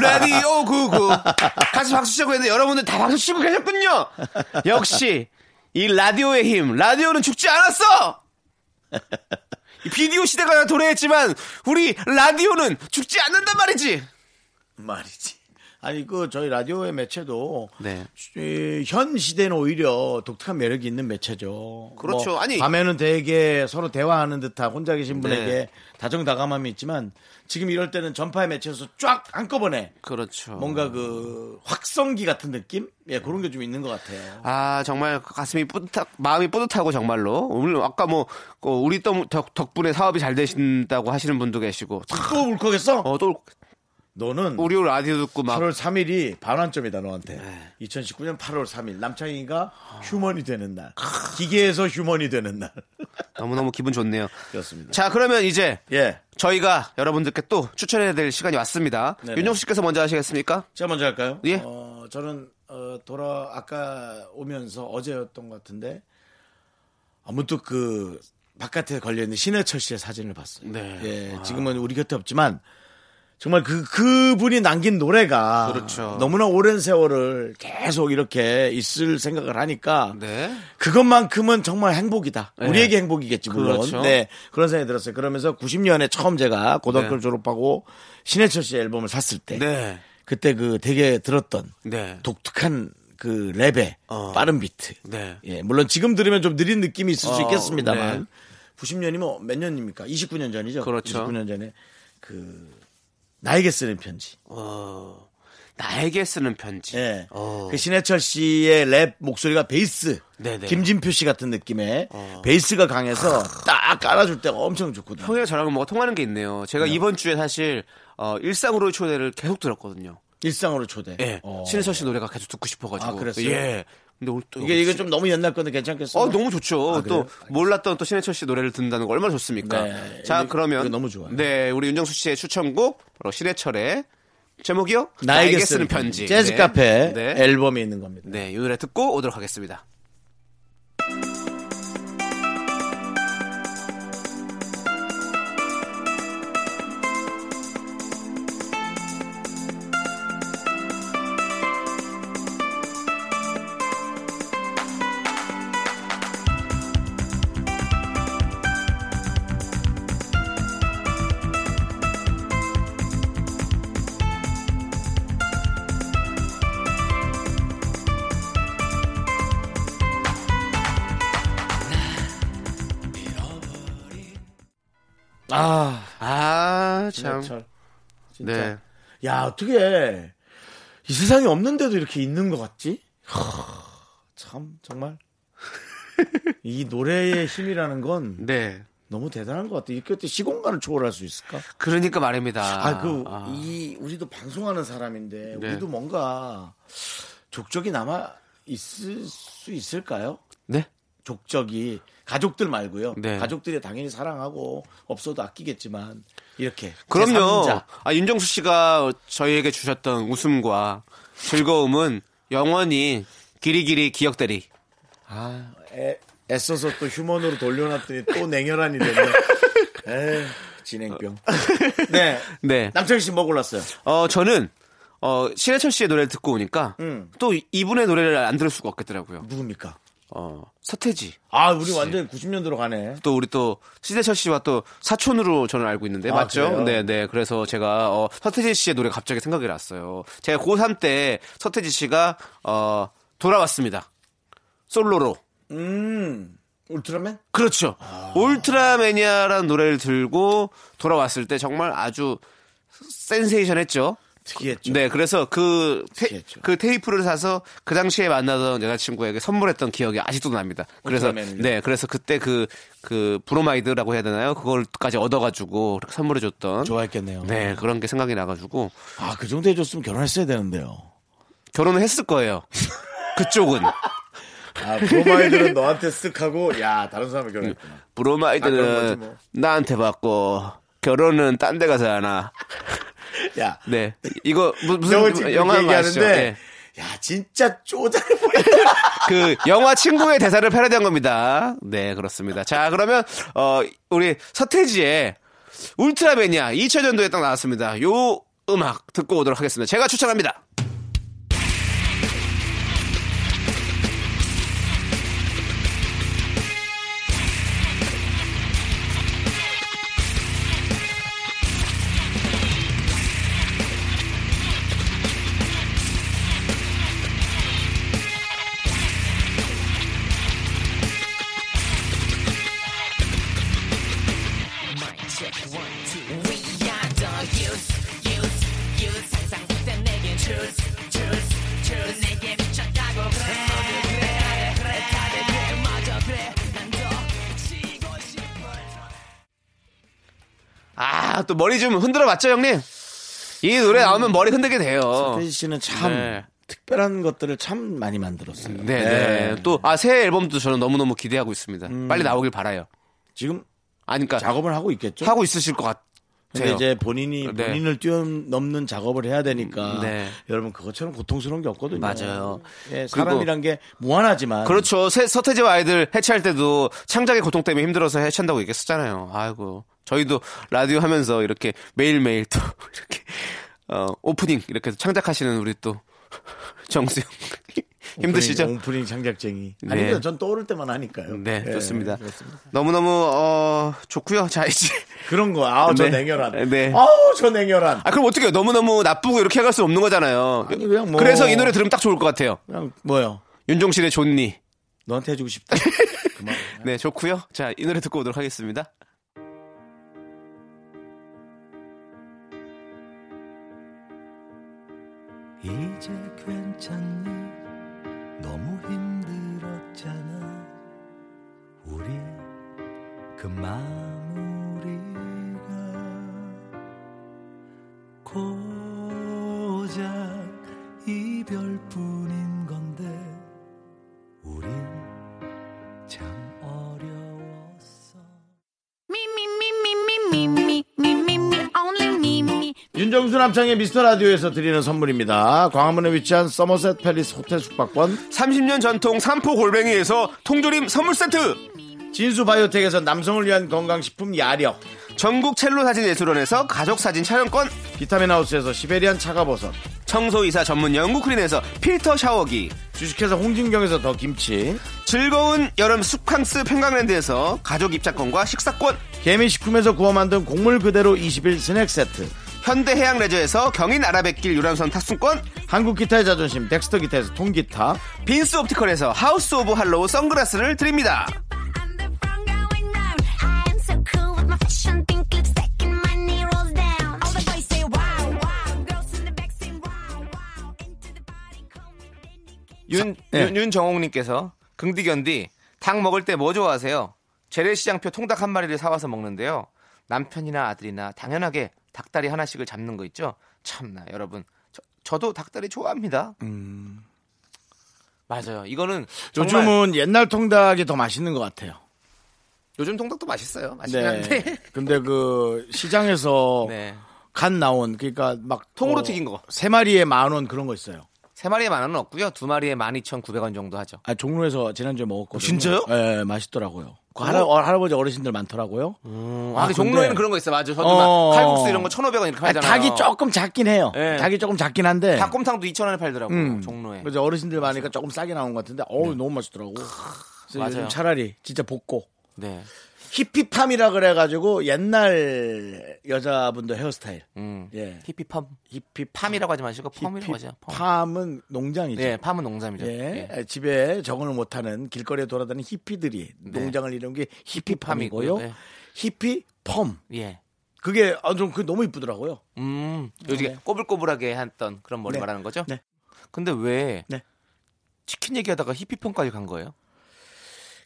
Speaker 2: 레디오 구구 같이 박수 치고 했는데 여러분들 다 박수 치고 계셨군요. 역시 이 라디오의 힘 라디오는 죽지 않았어. 이 비디오 시대가 도래했지만 우리 라디오는 죽지 않는단 말이지.
Speaker 1: 말이지. 아니 그 저희 라디오의 매체도
Speaker 2: 네.
Speaker 1: 이, 현 시대는 오히려 독특한 매력이 있는 매체죠. 뭐
Speaker 2: 그렇죠. 아니.
Speaker 1: 밤에는 되게 서로 대화하는 듯한 혼자 계신 분에게
Speaker 2: 네.
Speaker 1: 다정다감함이 있지만 지금 이럴 때는 전파의 매체에서 쫙 한꺼번에
Speaker 2: 그렇죠.
Speaker 1: 뭔가 그 확성기 같은 느낌? 예, 그런 게 좀 있는 것 같아요.
Speaker 2: 아 정말 가슴이 뿌듯하 마음이 뿌듯하고 정말로 오늘 아까 뭐 어, 우리 또 덕, 덕분에 사업이 잘 되신다고 하시는 분도 계시고
Speaker 1: 또 울컥했어?
Speaker 2: 어 또
Speaker 1: 너는
Speaker 2: 우리 라디오 듣고 막 네.
Speaker 1: 8월 3일이 반환점이다 너한테. 2019년 8월 3일 남창희가
Speaker 2: 아.
Speaker 1: 휴먼이 되는 날. 기계에서 휴먼이 되는 날.
Speaker 2: 너무너무 기분 좋네요
Speaker 1: 그렇습니다.
Speaker 2: 자 그러면 이제
Speaker 1: 예.
Speaker 2: 저희가 여러분들께 또 추천해야 될 시간이 왔습니다
Speaker 1: 네네.
Speaker 2: 윤정 씨께서 먼저 하시겠습니까
Speaker 1: 제가 먼저 할까요?
Speaker 2: 예.
Speaker 1: 어, 저는 어, 돌아 아까 오면서 어제였던 것 같은데 아무튼 그 바깥에 걸려 있는 신해철 씨의 사진을 봤어요.
Speaker 2: 네.
Speaker 1: 예, 지금은 우리 곁에 없지만 정말 그 그분이 남긴 노래가
Speaker 2: 그렇죠.
Speaker 1: 너무나 오랜 세월을 계속 이렇게 있을 생각을 하니까
Speaker 2: 네
Speaker 1: 그것만큼은 정말 행복이다.
Speaker 2: 네.
Speaker 1: 우리에게 행복이겠지 물론.
Speaker 2: 그렇죠.
Speaker 1: 네 그런 생각이 들었어요. 그러면서 90년에 처음 제가 고등학교를
Speaker 2: 네.
Speaker 1: 졸업하고 신해철 씨 앨범을 샀을 때
Speaker 2: 네.
Speaker 1: 그때 그 되게 들었던
Speaker 2: 네.
Speaker 1: 독특한 그 랩의
Speaker 2: 어.
Speaker 1: 빠른 비트.
Speaker 2: 네.
Speaker 1: 예, 물론 지금 들으면 좀 느린 느낌이 있을 수
Speaker 2: 어,
Speaker 1: 있겠습니다만
Speaker 2: 네.
Speaker 1: 90년이면 뭐 몇 년입니까? 29년 전이죠.
Speaker 2: 그렇죠.
Speaker 1: 29년 전에 그 나에게 쓰는 편지.
Speaker 2: 어, 나에게 쓰는 편지
Speaker 1: 예.
Speaker 2: 어.
Speaker 1: 그 신해철 씨의 랩 목소리가 베이스.
Speaker 2: 네네. 어.
Speaker 1: 김진표 씨 같은 느낌의 베이스가 강해서 딱 깔아줄 때가 엄청 좋거든요.
Speaker 2: 형이랑 저랑 뭐가 통하는 게 있네요 제가 이번 주에 사실 어, 일상으로의 초대를 계속 들었거든요
Speaker 1: 일상으로 초대.
Speaker 2: 예
Speaker 1: 어.
Speaker 2: 신혜선 씨 노래가 계속 듣고 싶어가지고
Speaker 1: 아, 그랬어요?
Speaker 2: 예 근데 오늘 또
Speaker 1: 이게, 이게 좀 너무 옛날 건데 괜찮겠어요?
Speaker 2: 어 너무 좋죠.
Speaker 1: 아,
Speaker 2: 또
Speaker 1: 그래요?
Speaker 2: 몰랐던 또 신해철 씨 노래를 듣는다는 거 얼마나 좋습니까?
Speaker 1: 네,
Speaker 2: 자
Speaker 1: 이거-
Speaker 2: 그러면
Speaker 1: 이거 너무 좋아요.
Speaker 2: 네 우리 윤정수 씨의 추천곡 바로 신해철의 제목이요.
Speaker 1: 나에게, 쓰는 편지. 재즈
Speaker 2: 네.
Speaker 1: 카페
Speaker 2: 네.
Speaker 1: 앨범이 있는 겁니다.
Speaker 2: 네, 이 노래 듣고 오도록 하겠습니다.
Speaker 1: 아,
Speaker 2: 아 참.
Speaker 1: 네, 신해철. 진짜.
Speaker 2: 네.
Speaker 1: 야, 어떻게 이 세상에 없는데도 이렇게 있는 것 같지? 하, 참 정말 이 노래의 힘이라는 건
Speaker 2: 네.
Speaker 1: 너무 대단한 것 같아. 이렇게 어떻게 시공간을 초월할 수 있을까?
Speaker 2: 그러니까 말입니다.
Speaker 1: 아, 그,
Speaker 2: 아.
Speaker 1: 이, 우리도 방송하는 사람인데,
Speaker 2: 네.
Speaker 1: 우리도 뭔가 족적이 남아 있을 수 있을까요?
Speaker 2: 네.
Speaker 1: 족적이. 가족들 말고요.
Speaker 2: 네.
Speaker 1: 가족들이 당연히 사랑하고, 없어도 아끼겠지만, 이렇게.
Speaker 2: 그럼요.
Speaker 1: 제3자.
Speaker 2: 아 윤정수 씨가 저희에게 주셨던 웃음과 즐거움은 영원히 길이길이 기억되리.
Speaker 1: 애, 애써서 또 휴먼으로 돌려놨더니 또 냉혈한이 됐네. 에이, 진행병. 네.
Speaker 2: 네.
Speaker 1: 남창희 씨뭐 골랐어요?
Speaker 2: 어, 저는, 어, 신해철 씨의 노래를 듣고 오니까,
Speaker 1: 음.
Speaker 2: 또 이- 이분의 노래를 안 들을 수가 없겠더라고요.
Speaker 1: 누굽니까?
Speaker 2: 어, 서태지.
Speaker 1: 아, 우리 완전 90년대로 가네.
Speaker 2: 또 우리 또 신해철 씨와 또 사촌으로 저는 알고 있는데,
Speaker 1: 아,
Speaker 2: 맞죠?
Speaker 1: 그래요?
Speaker 2: 네, 네. 그래서 제가, 어, 서태지 씨의 노래 갑자기 생각이 났어요. 제가 고3 때 서태지 씨가, 어, 돌아왔습니다. 솔로로.
Speaker 1: 음, 울트라맨?
Speaker 2: 그렇죠. 울트라매니아라는 노래를 들고 돌아왔을 때 정말 아주 센세이션했죠.
Speaker 1: 특이했죠.
Speaker 2: 네, 그래서 그, 테,
Speaker 1: 특이했죠.
Speaker 2: 그 테이프를 사서 그 당시에 만나던 여자친구에게 선물했던 기억이 아직도 납니다. 그래서,
Speaker 1: 울트라맨을요?
Speaker 2: 네, 그래서 그때 그, 그, 브로마이드라고 해야 되나요? 그걸까지 얻어가지고 이렇게 선물해줬던.
Speaker 1: 좋아했겠네요.
Speaker 2: 네, 그런 게 생각이 나가지고
Speaker 1: 아, 그 정도 해줬으면 결혼했어야 되는데요.
Speaker 2: 결혼을 했을 거예요. 그쪽은.
Speaker 1: 아,
Speaker 2: 그
Speaker 1: 브로마이드는 너한테 쓱 하고, 야, 다른 사람을 결혼했구나. 아, 그런 거지
Speaker 2: 브로마이드는
Speaker 1: 뭐.
Speaker 2: 나한테 받고 결혼은 딴 데 가서 하나.
Speaker 1: 야,
Speaker 2: 네, 이거 무-
Speaker 1: 형을 지금
Speaker 2: 무슨 영화
Speaker 1: 영화
Speaker 2: 아시죠?
Speaker 1: 얘기하는데,
Speaker 2: 네.
Speaker 1: 야, 진짜 쪼잔해 보인다.
Speaker 2: 그 영화 친구의 대사를 패러디한 겁니다. 네, 그렇습니다. 자, 그러면 어 우리 서태지의 울트라맨이야 2000년도에 딱 나왔습니다. 요 음악 듣고 오도록 하겠습니다. 제가 추천합니다. 아, 또 머리 좀 흔들어 봤죠, 형님? 이 노래 나오면 머리 흔들게 돼요.
Speaker 1: 태지 씨는 참
Speaker 2: 어. 네.
Speaker 1: 특별한 것들을 참 많이 만들었어요.
Speaker 2: 네, 네. 또, 아, 새 앨범도 저는 너무너무 기대하고 있습니다. 빨리 나오길 바라요.
Speaker 1: 지금
Speaker 2: 아니,
Speaker 1: 음.
Speaker 2: 그러니까,
Speaker 1: 작업을 하고 있겠죠?
Speaker 2: 하고 있으실 것
Speaker 1: 근데
Speaker 2: 같아요.
Speaker 1: 이제 본인이
Speaker 2: 네.
Speaker 1: 본인을 뛰어넘는 작업을 해야 되니까
Speaker 2: 네.
Speaker 1: 여러분 그것처럼 고통스러운 게 없거든요.
Speaker 2: 맞아요.
Speaker 1: 예,
Speaker 2: 그리고-
Speaker 1: 사람이란 게 무한하지만
Speaker 2: 그렇죠. 새- 서태지와 아이들 해체할 때도 창작의 고통 때문에 힘들어서 해체한다고 얘기했었잖아요. 아이고. 저희도 라디오 하면서 이렇게 매일매일 또 이렇게, 어, 오프닝 이렇게 창작하시는 우리 또 정수영. 힘드시죠?
Speaker 1: 오프닝, 오프닝 창작쟁이.
Speaker 2: 네.
Speaker 1: 아닙니다. 전 떠오를 때만 하니까요.
Speaker 2: 네,
Speaker 1: 예,
Speaker 2: 좋습니다.
Speaker 1: 그렇습니다.
Speaker 2: 너무너무, 어, 좋고요 자, 이제.
Speaker 1: 그런 거. 아우 저
Speaker 2: 네.
Speaker 1: 냉혈한.
Speaker 2: 네.
Speaker 1: 아우 저 냉혈한.
Speaker 2: 아, 그럼 어떡해요. 너무너무 나쁘고 이렇게 해갈 수 없는 거잖아요.
Speaker 1: 아니, 그냥 뭐-
Speaker 2: 그래서 이 노래 들으면 딱 좋을 것 같아요.
Speaker 1: 그냥 뭐요?
Speaker 2: 윤종신의 존니.
Speaker 1: 너한테 해주고 싶다. 그만.
Speaker 2: 네, 좋고요. 자, 이 노래 듣고 오도록 하겠습니다.
Speaker 5: 이제 괜찮니? 너무 힘들었잖아. 우리 그 마무리가 고작 이별뿐인 건데 우린 참 어려웠어.
Speaker 1: 윤정수 남창의 미스터 라디오에서 드리는 선물입니다. 광화문에 위치한 서머셋 팰리스 호텔 숙박권.
Speaker 2: 30년 전통 삼포 골뱅이에서 통조림 선물 세트.
Speaker 1: 진수 바이오텍에서 남성을 위한 건강식품 야력.
Speaker 2: 전국 첼로 사진 예술원에서 가족 사진 촬영권.
Speaker 1: 비타민 하우스에서 시베리안 차가버섯.
Speaker 2: 청소이사 전문 영국 크린에서 필터 샤워기.
Speaker 1: 주식회사 홍진경에서 더 김치.
Speaker 2: 즐거운 여름 숙캉스 평강랜드에서 가족 입장권과 식사권.
Speaker 1: 개미식품에서 구워 만든 곡물 그대로 21 스낵 세트.
Speaker 2: 현대해양 레저에서 경인 아라뱃길 유람선 탑승권.
Speaker 1: 한국 기타의 자존심 덱스터 기타에서 통기타.
Speaker 2: 빈스 옵티컬에서 하우스 오브 할로우 선글라스를 드립니다. 윤,
Speaker 1: 네.
Speaker 2: 윤, 윤정옥님께서 긍디견디 닭 먹을 때 뭐 좋아하세요? 재래시장표 통닭 한 마리를 사와서 먹는데요. 남편이나 아들이나 당연하게 닭다리 하나씩을 잡는 거 있죠? 참나 여러분 저, 도 닭다리 좋아합니다. 맞아요. 이거는 정말 요즘은
Speaker 1: 요즘은 옛날 통닭이 더 맛있는 것 같아요.
Speaker 2: 요즘 통닭도 맛있어요. 맛있긴
Speaker 1: 네.
Speaker 2: 한데
Speaker 1: 근데 그 시장에서
Speaker 2: 네.
Speaker 1: 간 나온 그러니까 막
Speaker 2: 통으로 튀긴 거.
Speaker 1: 세 마리에 만 원 그런 거 있어요.
Speaker 2: 세 마리에 만 원은 없고요. 두 마리에 12,900원 정도 하죠.
Speaker 1: 아 종로에서 지난주에 먹었거든요.
Speaker 2: 어, 진짜요?
Speaker 1: 예, 예, 맛있더라고요. 그 할아, 어, 할아버지 어르신들 많더라고요.
Speaker 2: 아, 근데 종로에는
Speaker 1: 근데-
Speaker 2: 그런 거 있어요. 맞아. 저도
Speaker 1: 어.
Speaker 2: 막 칼국수 이런 거 1,500원 이렇게
Speaker 1: 아,
Speaker 2: 팔잖아요.
Speaker 1: 닭이 조금 작긴 해요.
Speaker 2: 예.
Speaker 1: 닭이 조금 작긴 한데.
Speaker 2: 닭곰탕도 2,000원에 팔더라고요.
Speaker 1: 음.
Speaker 2: 어, 종로에. 네.
Speaker 1: 그래서 어르신들 많으니까 조금 싸게 나온 것 같은데 어우 너무 맛있더라고. 그래서
Speaker 2: 맞아요.
Speaker 1: 요즘 차라리 진짜 볶고
Speaker 2: 네.
Speaker 1: 히피팜이라 그래가지고 옛날 여자분들 헤어스타일.
Speaker 2: 음.
Speaker 1: 예.
Speaker 2: 히피팜. 히피팜이라고 하지 마시고 펌이라고 하죠. 펌.
Speaker 1: 팜은 농장이죠.
Speaker 2: 예, 팜은 농담이죠.
Speaker 1: 예.
Speaker 2: 예.
Speaker 1: 집에 적응을 못하는 길거리에 돌아다니는
Speaker 2: 네.
Speaker 1: 히피들이 농장을 이루는 게 히피팜이고요.
Speaker 2: 히피팜이고요. 예.
Speaker 1: 히피펌.
Speaker 2: 예.
Speaker 1: 그게 아, 좀 그게 너무 이쁘더라고요.
Speaker 2: 음, 요즘 에 꼬불꼬불하게 했던 그런
Speaker 1: 아,
Speaker 2: 머리
Speaker 1: 네.
Speaker 2: 말하는 거죠?
Speaker 1: 네.
Speaker 2: 근데 왜
Speaker 1: 네.
Speaker 2: 치킨 얘기하다가 히피폰까지 간 거예요?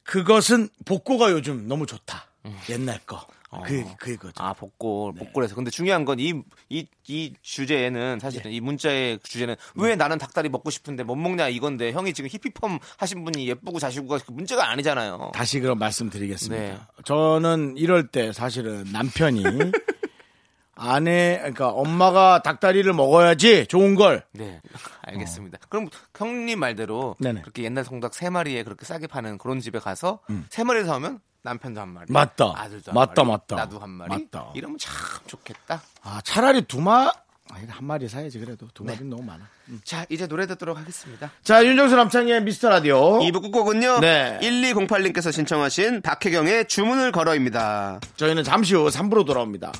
Speaker 1: 그것은 복고가 요즘 너무 좋다.
Speaker 2: 음.
Speaker 1: 옛날 거. 그, 그거죠.
Speaker 2: 아, 복골,
Speaker 1: 네.
Speaker 2: 복골에서. 근데 중요한 건 이, 이, 이 주제에는
Speaker 1: 네.
Speaker 2: 사실은 이 문자의 주제는 왜 나는 닭다리 먹고 싶은데 못 먹냐 이건데 형이 지금 히피펌 하신 분이 예쁘고 자시고가 그 문제가 아니잖아요.
Speaker 1: 다시 그럼 말씀드리겠습니다.
Speaker 2: 네.
Speaker 1: 저는 이럴 때 사실은 남편이 아내, 그러니까 엄마가 닭다리를 먹어야지 좋은 걸.
Speaker 2: 네, 알겠습니다. 그럼 형님 말대로
Speaker 1: 네네.
Speaker 2: 그렇게 옛날 송닭 세 마리에 그렇게 싸게 파는 그런 집에 가서 세 마리 사오면 남편도 한 마리,
Speaker 1: 맞다.
Speaker 2: 아들도 한
Speaker 1: 맞다,
Speaker 2: 마리,
Speaker 1: 맞다.
Speaker 2: 나도 한 마리.
Speaker 1: 맞다.
Speaker 2: 이러면 참 좋겠다.
Speaker 1: 아, 차라리 두 마, 아니, 한 마리 사야지 그래도. 두 마리는
Speaker 7: 네.
Speaker 1: 너무 많아.
Speaker 2: 자, 이제 노래 듣도록 하겠습니다.
Speaker 1: 자, 윤정수 남창희의 미스터 라디오.
Speaker 2: 이부 끝곡은요.
Speaker 1: 네.
Speaker 2: 1208님께서 신청하신 박혜경의 주문을 걸어입니다.
Speaker 1: 저희는 잠시 후 3부로 돌아옵니다.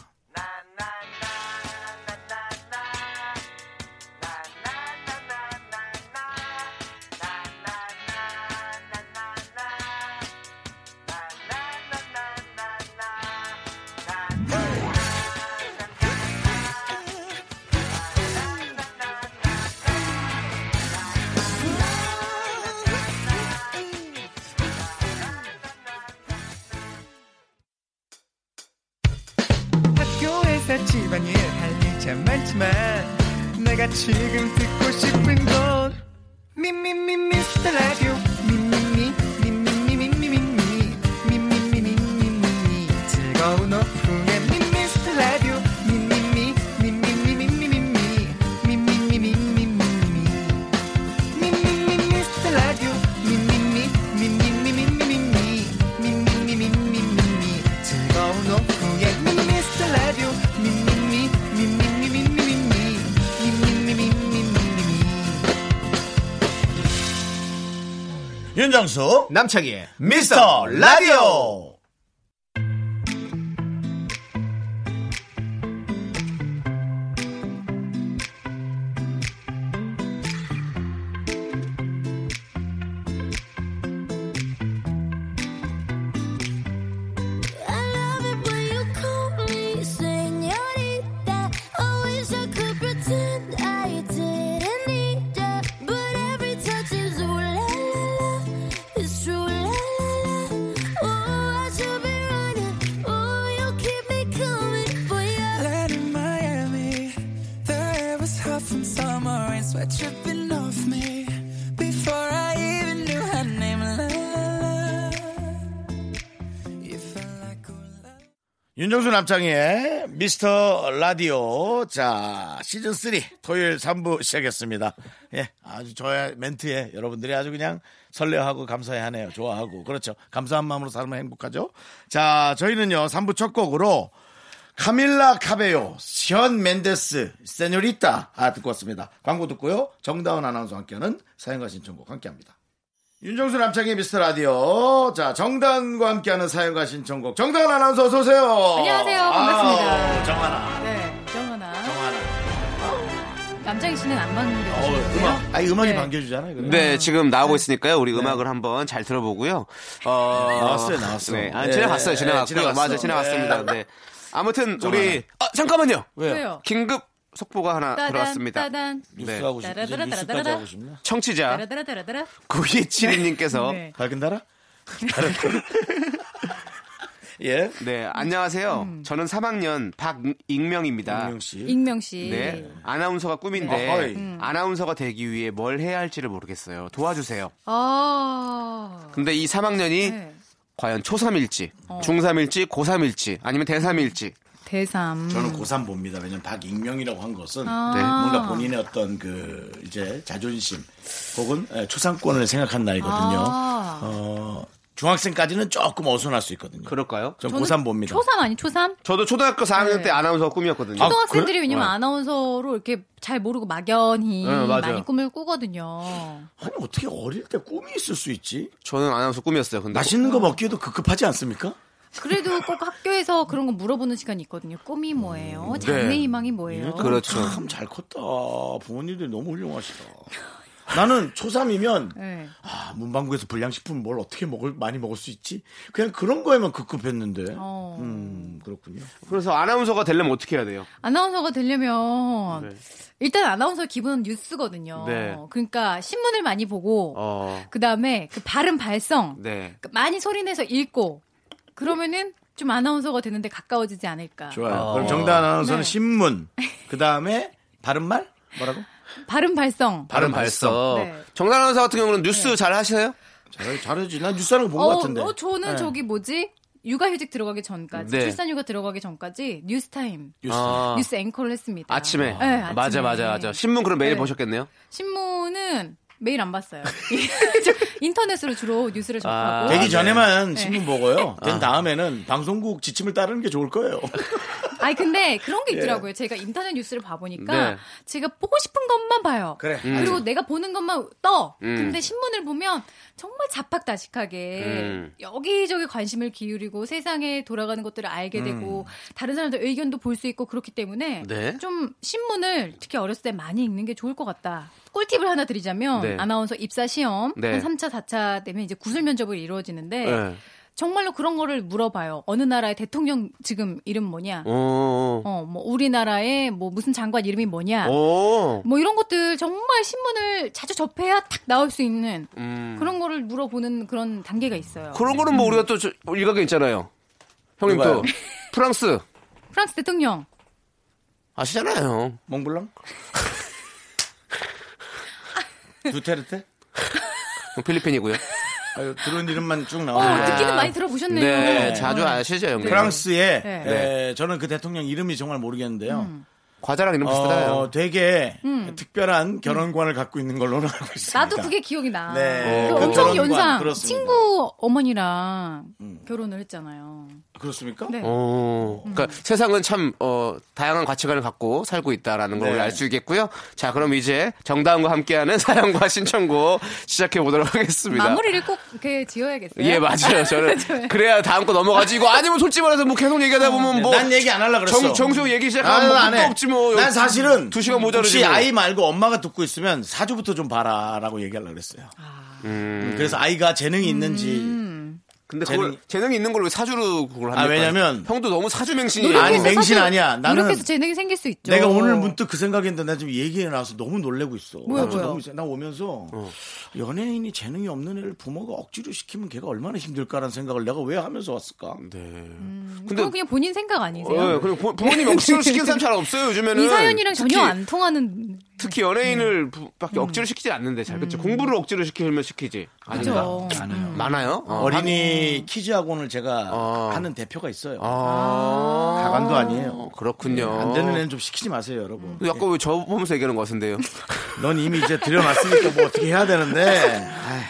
Speaker 5: 학교에서 집안일 할 일 참 많지만 내가 지금 듣고 싶은 건 미미미 미스터 라디오 미미미 미미미 미미미 미미미 미미미 즐거운 오후에 미스터 라디오 미미미 미미미 미미미 미미미 미미미
Speaker 7: 윤정수 남창희의 미스터 라디오
Speaker 6: I love it when you call me señorita. Always I could pretend I didn't need ya, but every touch is ooh la la la. It's true la la la. Oh, I should be running. Oh, you keep me coming for ya.
Speaker 5: Let in Miami, the air was hot from summer rain, sweat dripping off me. Before I even knew her name, la la la. You felt like ooh, la.
Speaker 1: 윤정수 남창희의 미스터 라디오. 자, 시즌3 토요일 3부 시작했습니다. 예, 아주 저의 멘트에 여러분들이 아주 그냥 설레하고 감사해 하네요. 좋아하고. 그렇죠. 감사한 마음으로 살면 행복하죠. 자, 저희는요, 3부 첫 곡으로 카밀라 카베요, 션 멘데스, 세뇨리타. 아, 듣고 왔습니다. 광고 듣고요. 정다운 아나운서와 함께하는 사연과 신청곡 함께 합니다. 윤정수 남창의 미스터 라디오. 자, 정단과 함께하는 사연과 신청곡. 정단 아나운서 어서오세요.
Speaker 8: 안녕하세요. 반갑습니다.
Speaker 1: 정하나.
Speaker 8: 네, 정하나.
Speaker 1: 정하나.
Speaker 8: 남자기 씨는 안 맞는
Speaker 1: 어,
Speaker 8: 게
Speaker 1: 음악. 아, 음악이
Speaker 8: 네.
Speaker 1: 반겨주잖아요. 그래.
Speaker 2: 네, 지금 나오고 있으니까요. 우리 음악을 한번 잘 들어보고요. 어,
Speaker 1: 나왔어요, 나왔어요.
Speaker 2: 네, 아,
Speaker 1: 예,
Speaker 2: 지나갔어요,
Speaker 1: 예,
Speaker 2: 지나갔고요.
Speaker 1: 지나갔어.
Speaker 2: 맞아, 지나갔습니다.
Speaker 1: 네.
Speaker 2: 네. 아무튼 우리 아, 잠깐만요.
Speaker 8: 왜요?
Speaker 2: 긴급 속보가 하나
Speaker 8: 그렇죠. 따단,
Speaker 2: 들어왔습니다.
Speaker 8: 따단.
Speaker 2: 네.
Speaker 1: 뉴스 하고 싶 이제 뉴스까지 하고 싶나?
Speaker 2: 청취자
Speaker 8: 따라따라따라따라.
Speaker 2: 9272님께서 네.
Speaker 8: 네.
Speaker 1: 밝은 달아? 예.
Speaker 2: 네, 안녕하세요.
Speaker 8: 음.
Speaker 2: 저는 3학년
Speaker 8: 아.
Speaker 2: 박익명입니다.
Speaker 1: 김영 씨.
Speaker 8: 익명 씨.
Speaker 2: 네. 아나운서가 꿈인데
Speaker 1: 어허이.
Speaker 8: 음.
Speaker 2: 아나운서가 되기 위해 뭘 해야 할지를 모르겠어요. 도와주세요.
Speaker 8: 아.
Speaker 2: 근데 이 3학년이
Speaker 8: 네. 어.
Speaker 2: 과연 초3일지, 중3일지, 고3일지, 아니면 대3일지.
Speaker 8: 대삼.
Speaker 1: 저는 고3 봅니다. 왜냐면 박익명이라고 한 것은
Speaker 8: 아.
Speaker 2: 네.
Speaker 1: 뭔가 본인의 어떤 그 이제 자존심 혹은 에, 초상권을 생각한 나이거든요.
Speaker 8: 아.
Speaker 1: 어, 중학생까지는 조금 어수선할 수 있거든요.
Speaker 2: 그럴까요?
Speaker 1: 전
Speaker 8: 저는
Speaker 1: 고3 봅니다.
Speaker 8: 초삼 아니 초삼?
Speaker 2: 저도 초등학교 4학년
Speaker 8: 네.
Speaker 2: 때 아나운서 꿈이었거든요.
Speaker 1: 아,
Speaker 8: 초등학생들이
Speaker 1: 그래?
Speaker 8: 왜냐면 아나운서로 이렇게 잘 모르고 막연히
Speaker 2: 네, 맞아요.
Speaker 8: 많이 꿈을 꾸거든요.
Speaker 1: 아니 어떻게 어릴 때 꿈이 있을 수 있지?
Speaker 2: 저는 아나운서 꿈이었어요. 근데
Speaker 1: 맛있는 거 먹기에도 급급하지 않습니까?
Speaker 8: 그래도 꼭 학교에서 그런 거 물어보는 시간이 있거든요. 꿈이 뭐예요?
Speaker 2: 네.
Speaker 1: 어,
Speaker 8: 장래 희망이 뭐예요?
Speaker 2: 그렇죠.
Speaker 1: 참 잘 컸다. 부모님들이 너무 훌륭하시다. 나는 초3이면
Speaker 8: 네.
Speaker 1: 아, 문방구에서 불량식품 뭘 어떻게 먹을 많이 먹을 수 있지? 그냥 그런 거에만 급급했는데.
Speaker 8: 어.
Speaker 1: 음, 그렇군요.
Speaker 2: 그래서 아나운서가 되려면 어떻게 해야 돼요?
Speaker 8: 아나운서가 되려면
Speaker 2: 네.
Speaker 8: 일단 아나운서 기분은 뉴스거든요.
Speaker 2: 네.
Speaker 8: 그러니까 신문을 많이 보고
Speaker 2: 어,
Speaker 8: 그다음에 그 발음 발성
Speaker 2: 네.
Speaker 8: 그 많이 소리내서 읽고 그러면은 좀 아나운서가 되는데 가까워지지 않을까.
Speaker 1: 좋아요.
Speaker 2: 어.
Speaker 1: 그럼 정답 아나운서는
Speaker 8: 네.
Speaker 1: 신문. 그다음에 바른말? 뭐라고?
Speaker 8: 발음 발성.
Speaker 2: 발음 발성.
Speaker 8: 네.
Speaker 2: 정단 아나운서 같은 경우는 뉴스 잘 하세요?
Speaker 1: 잘, 잘하지. 난 뉴스하는 거 본 것 같은데.
Speaker 8: 어, 저는
Speaker 1: 네.
Speaker 8: 저기 뭐지? 육아휴직 들어가기 전까지
Speaker 2: 네.
Speaker 8: 출산휴가 들어가기 전까지 뉴스타임
Speaker 1: 뉴스.
Speaker 2: 아,
Speaker 8: 뉴스 앵커를 했습니다.
Speaker 2: 아침에.
Speaker 8: 네, 아침에.
Speaker 2: 맞아, 맞아, 맞아. 신문 그럼 매일
Speaker 8: 네.
Speaker 2: 보셨겠네요?
Speaker 8: 신문은 매일 안 봤어요. 저 인터넷으로 주로 뉴스를 접하고.
Speaker 2: 아,
Speaker 1: 되기
Speaker 2: 네. 아.
Speaker 1: 전에만 신문 보고요. 된 다음에는 방송국 지침을 따르는 게 좋을 거예요.
Speaker 8: 아니 근데 그런 게 있더라고요. 제가 인터넷 뉴스를 봐보니까
Speaker 2: 예. 네.
Speaker 8: 제가 보고 싶은 것만 봐요.
Speaker 1: 그래.
Speaker 8: 그리고 내가 보는 것만 떠.
Speaker 2: 음.
Speaker 8: 근데 신문을 보면 정말 자박다식하게
Speaker 2: 음.
Speaker 8: 여기저기 관심을 기울이고 세상에 돌아가는 것들을 알게 되고 다른 사람들 의견도 볼 수 있고 그렇기 때문에
Speaker 2: 음. 네.
Speaker 8: 좀 신문을 특히 어렸을 때 많이 읽는 게 좋을 것 같다. 꿀팁을 하나 드리자면
Speaker 2: 네.
Speaker 8: 아나운서 입사 시험
Speaker 2: 네.
Speaker 8: 한 3차, 4차 되면 이제 구술 면접을 이루어지는데
Speaker 2: 네.
Speaker 8: 정말로 그런 거를 물어봐요. 어느 나라의 대통령 지금 이름 뭐냐?
Speaker 2: 오.
Speaker 8: 어, 뭐 우리나라의 뭐 무슨 장관 이름이 뭐냐?
Speaker 1: 어.
Speaker 2: 오.
Speaker 8: 뭐 이런 것들 정말 신문을 자주 접해야 탁 나올 수 있는
Speaker 2: 음.
Speaker 8: 그런 거를 물어보는 그런 단계가 있어요.
Speaker 2: 그런 거는 뭐 우리가 또 저- 일각에 있잖아요. 형님
Speaker 1: 누가요?
Speaker 2: 또 프랑스
Speaker 8: 프랑스 대통령.
Speaker 2: 아시잖아요.
Speaker 1: 몽블랑? 두테르테?
Speaker 2: 필리핀이고요.
Speaker 1: 아유, 들은 이름만 쭉
Speaker 8: 어,
Speaker 1: 나오는데.
Speaker 8: 듣기는 많이 들어보셨네요.
Speaker 2: 네, 자주
Speaker 8: 어.
Speaker 2: 아시죠, 형님.
Speaker 1: 프랑스에
Speaker 8: 네. 음.
Speaker 1: 에, 저는 그 대통령 이름이 정말 모르겠는데요.
Speaker 2: 과자랑 이름
Speaker 1: 어,
Speaker 2: 비슷하요
Speaker 1: 되게 특별한 결혼관을 갖고 있는 걸로 알고 있습니다.
Speaker 8: 나도 그게 기억이 나.
Speaker 1: 네.
Speaker 8: 그
Speaker 1: 그
Speaker 8: 엄청
Speaker 1: 결혼관,
Speaker 8: 연상
Speaker 1: 그렇습니다.
Speaker 8: 친구 어머니랑
Speaker 1: 음.
Speaker 8: 결혼을 했잖아요.
Speaker 1: 그렇습니까?
Speaker 8: 네.
Speaker 2: 어, 그러니까
Speaker 8: 음.
Speaker 2: 세상은 참 어, 다양한 가치관을 갖고 살고 있다라는 걸
Speaker 1: 네.
Speaker 2: 알 수 있겠고요. 자, 그럼 이제 정다은과 함께하는 사연과 신청곡 시작해 보도록
Speaker 1: 그러니까
Speaker 2: 하겠습니다.
Speaker 8: 마무리를 꼭 이렇게 지어야겠어요. 네,
Speaker 2: 예, 맞아요. 저는 그래야 다음 거 넘어가지. 이거 아니면 솔직히 말해서 뭐 계속 얘기하다 보면 뭐
Speaker 1: 음, 네. 난 얘기 안 하려 그랬어.
Speaker 2: 정, 정수 얘기
Speaker 1: 나는
Speaker 2: 시작하면 뭐
Speaker 1: 안
Speaker 2: 끝도
Speaker 1: 해.
Speaker 2: 없지 뭐.
Speaker 1: 난 사실은
Speaker 2: 두 시간 모자르지
Speaker 1: 혹시
Speaker 2: 뭐.
Speaker 1: 아이 말고 엄마가 듣고 있으면 사주부터 좀 봐라라고 얘기하려 그랬어요.
Speaker 8: 아.
Speaker 1: 음, 그래서 아이가 재능이 있는지
Speaker 8: 음.
Speaker 2: 근데 그걸
Speaker 1: 재능이- 아,
Speaker 2: 재능이, 있는 걸 왜 사주로 그걸 합니까?
Speaker 1: 왜냐면
Speaker 2: 형도 너무 사주 맹신이
Speaker 1: 노력해서 아니,
Speaker 8: 사실
Speaker 1: 맹신 아니야. 나는
Speaker 8: 노력해서 재능이 생길 수 있죠.
Speaker 1: 내가 오늘 문득 그 생각했는데 나 지금 얘기해 나서 너무 놀래고 있어.
Speaker 8: 어. 뭐야,
Speaker 1: 나 지금
Speaker 8: 뭐야?
Speaker 1: 너무 이상- 나 오면서
Speaker 2: 어.
Speaker 1: 연예인이 재능이 없는 애를 부모가 억지로 시키면 걔가 얼마나 힘들까라는 생각을 내가 왜 하면서 왔을까?
Speaker 2: 네. 근데
Speaker 8: 그건 그냥 본인 생각 아니세요?
Speaker 1: 어,
Speaker 2: 예, 그리고 부, 부모님 억지로 시킨 사람 잘 없어요
Speaker 1: 예.
Speaker 2: 요즘에는.
Speaker 8: 네. 이 사연이랑 전혀
Speaker 2: 특히-
Speaker 8: 안 통하는
Speaker 2: 특히
Speaker 1: 음.
Speaker 2: 연예인을 부- 밖에 억지로 시키지 않는데 잘 그렇죠. 공부를 억지로 시키면 시키지. 아닌가?
Speaker 8: 거죠.
Speaker 1: 아니요.
Speaker 2: 많아요. 어.
Speaker 1: 음. 어린이 키즈 학원을 제가
Speaker 2: 어.
Speaker 1: 하는 대표가 있어요.
Speaker 2: 아,
Speaker 1: 가관도 아니에요. 예,
Speaker 2: 어, 그렇군요.
Speaker 1: 안 되는 애는 좀 시키지 마세요, 여러분.
Speaker 2: 약간 왜 저 보면서 얘기하는 것 같은데요.
Speaker 1: 넌 이미 이제 들여놨으니까 뭐 어떻게 해야 되는데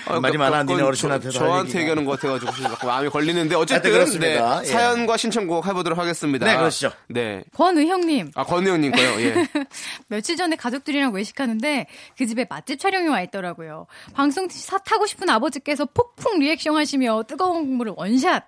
Speaker 1: 아이, 말이 많아
Speaker 2: 그건
Speaker 1: 니네 어르신한테
Speaker 2: 그러니까 저, 저한테 얘기하는 것 같아가지고 혹시 자꾸 마음이 걸리는데 어쨌든
Speaker 1: 하여튼 그렇습니다.
Speaker 2: 네,
Speaker 1: 예.
Speaker 2: 사연과 신청곡 해보도록 하겠습니다.
Speaker 1: 네, 그러시죠.
Speaker 2: 네.
Speaker 8: 권의형님
Speaker 2: 아 권우 형님 거요. 예.
Speaker 8: 며칠 전에 가족들이랑 외식하는데 그 집에 맛집 촬영이 와 있더라고요. 방송 사 타고 싶은 아버지께서 폭풍 리액션 하시며 뜨거운 국물을 원샷.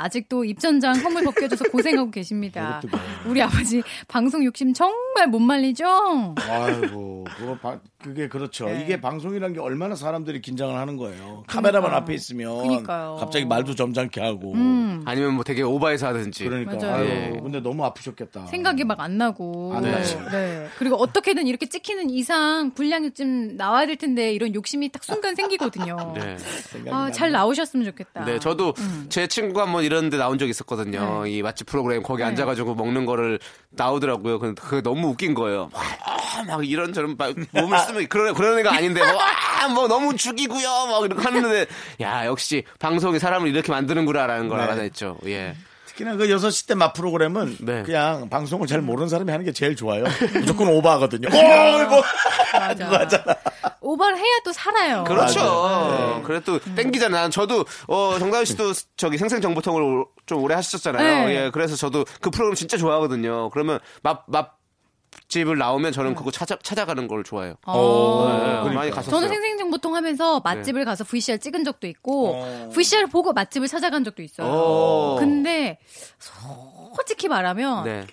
Speaker 8: 아직도 입천장 허물 벗겨져서 고생하고 계십니다. 우리 아버지 방송 욕심 정말 못 말리죠?
Speaker 1: 아이고 그거 바- 그게 그렇죠.
Speaker 8: 네.
Speaker 1: 이게 방송이란 게 얼마나 사람들이 긴장을 하는 거예요. 카메라만 앞에 있으면
Speaker 8: 그러니까요. 음.
Speaker 1: 갑자기 말도 점잖게 하고
Speaker 2: 아니면 뭐 되게 오바해서 하든지.
Speaker 1: 그러니까
Speaker 8: 맞아요.
Speaker 2: 예.
Speaker 1: 아이고, 근데 너무 아프셨겠다.
Speaker 8: 생각이 막 안 나고.
Speaker 1: 안 나죠.
Speaker 8: 네. 그리고 어떻게든 이렇게 찍히는 이상 분량이 좀 나와야 될 텐데 이런 욕심이 딱 순간 생기거든요.
Speaker 2: 네.
Speaker 1: 생각이
Speaker 8: 아,
Speaker 1: 나네.
Speaker 8: 잘 나오셨으면 좋겠다.
Speaker 2: 네, 저도 제 친구가 한번 이런 데 나온 적이 있었거든요. 이 맛집 프로그램 거기 앉아가지고 먹는 거를 나오더라고요. 근데 그게 너무 웃긴 거예요. 막, 아, 막 이런저런 막 몸을 쓰면 그런, 그런 애가 아닌데 뭐, 아, 뭐 너무 죽이고요. 막 이렇게 하는데 야, 역시 방송이 사람을 이렇게 만드는구나라는 걸
Speaker 1: 네.
Speaker 2: 알아냈죠. 예.
Speaker 1: 특히나 그 6시 때 맛 프로그램은
Speaker 2: 네.
Speaker 1: 그냥 방송을 잘 모르는 사람이 하는 게 제일 좋아요. 무조건 오버하거든요.
Speaker 8: 네.
Speaker 1: 어, 이거
Speaker 8: 맞아. 오버를 해야 또 살아요. 네.
Speaker 2: 그렇죠. 그래도 땡기잖아. 저도 어 정다은 씨도 저기 생생 정보통을 좀 오래 하셨잖아요.
Speaker 8: 네.
Speaker 2: 예. 그래서 저도 그 프로그램 진짜 좋아하거든요. 그러면 맛 맛집을 나오면 저는 그거 찾아 찾아가는 걸 좋아해요.
Speaker 8: 어.
Speaker 2: 예, 많이 갔었어요.
Speaker 8: 저는 생생정보통 하면서 맛집을 가서 VCR 찍은 적도 있고 VCR 보고 맛집을 찾아간 적도 있어요.
Speaker 2: 오.
Speaker 8: 근데 솔직히 말하면
Speaker 2: 네.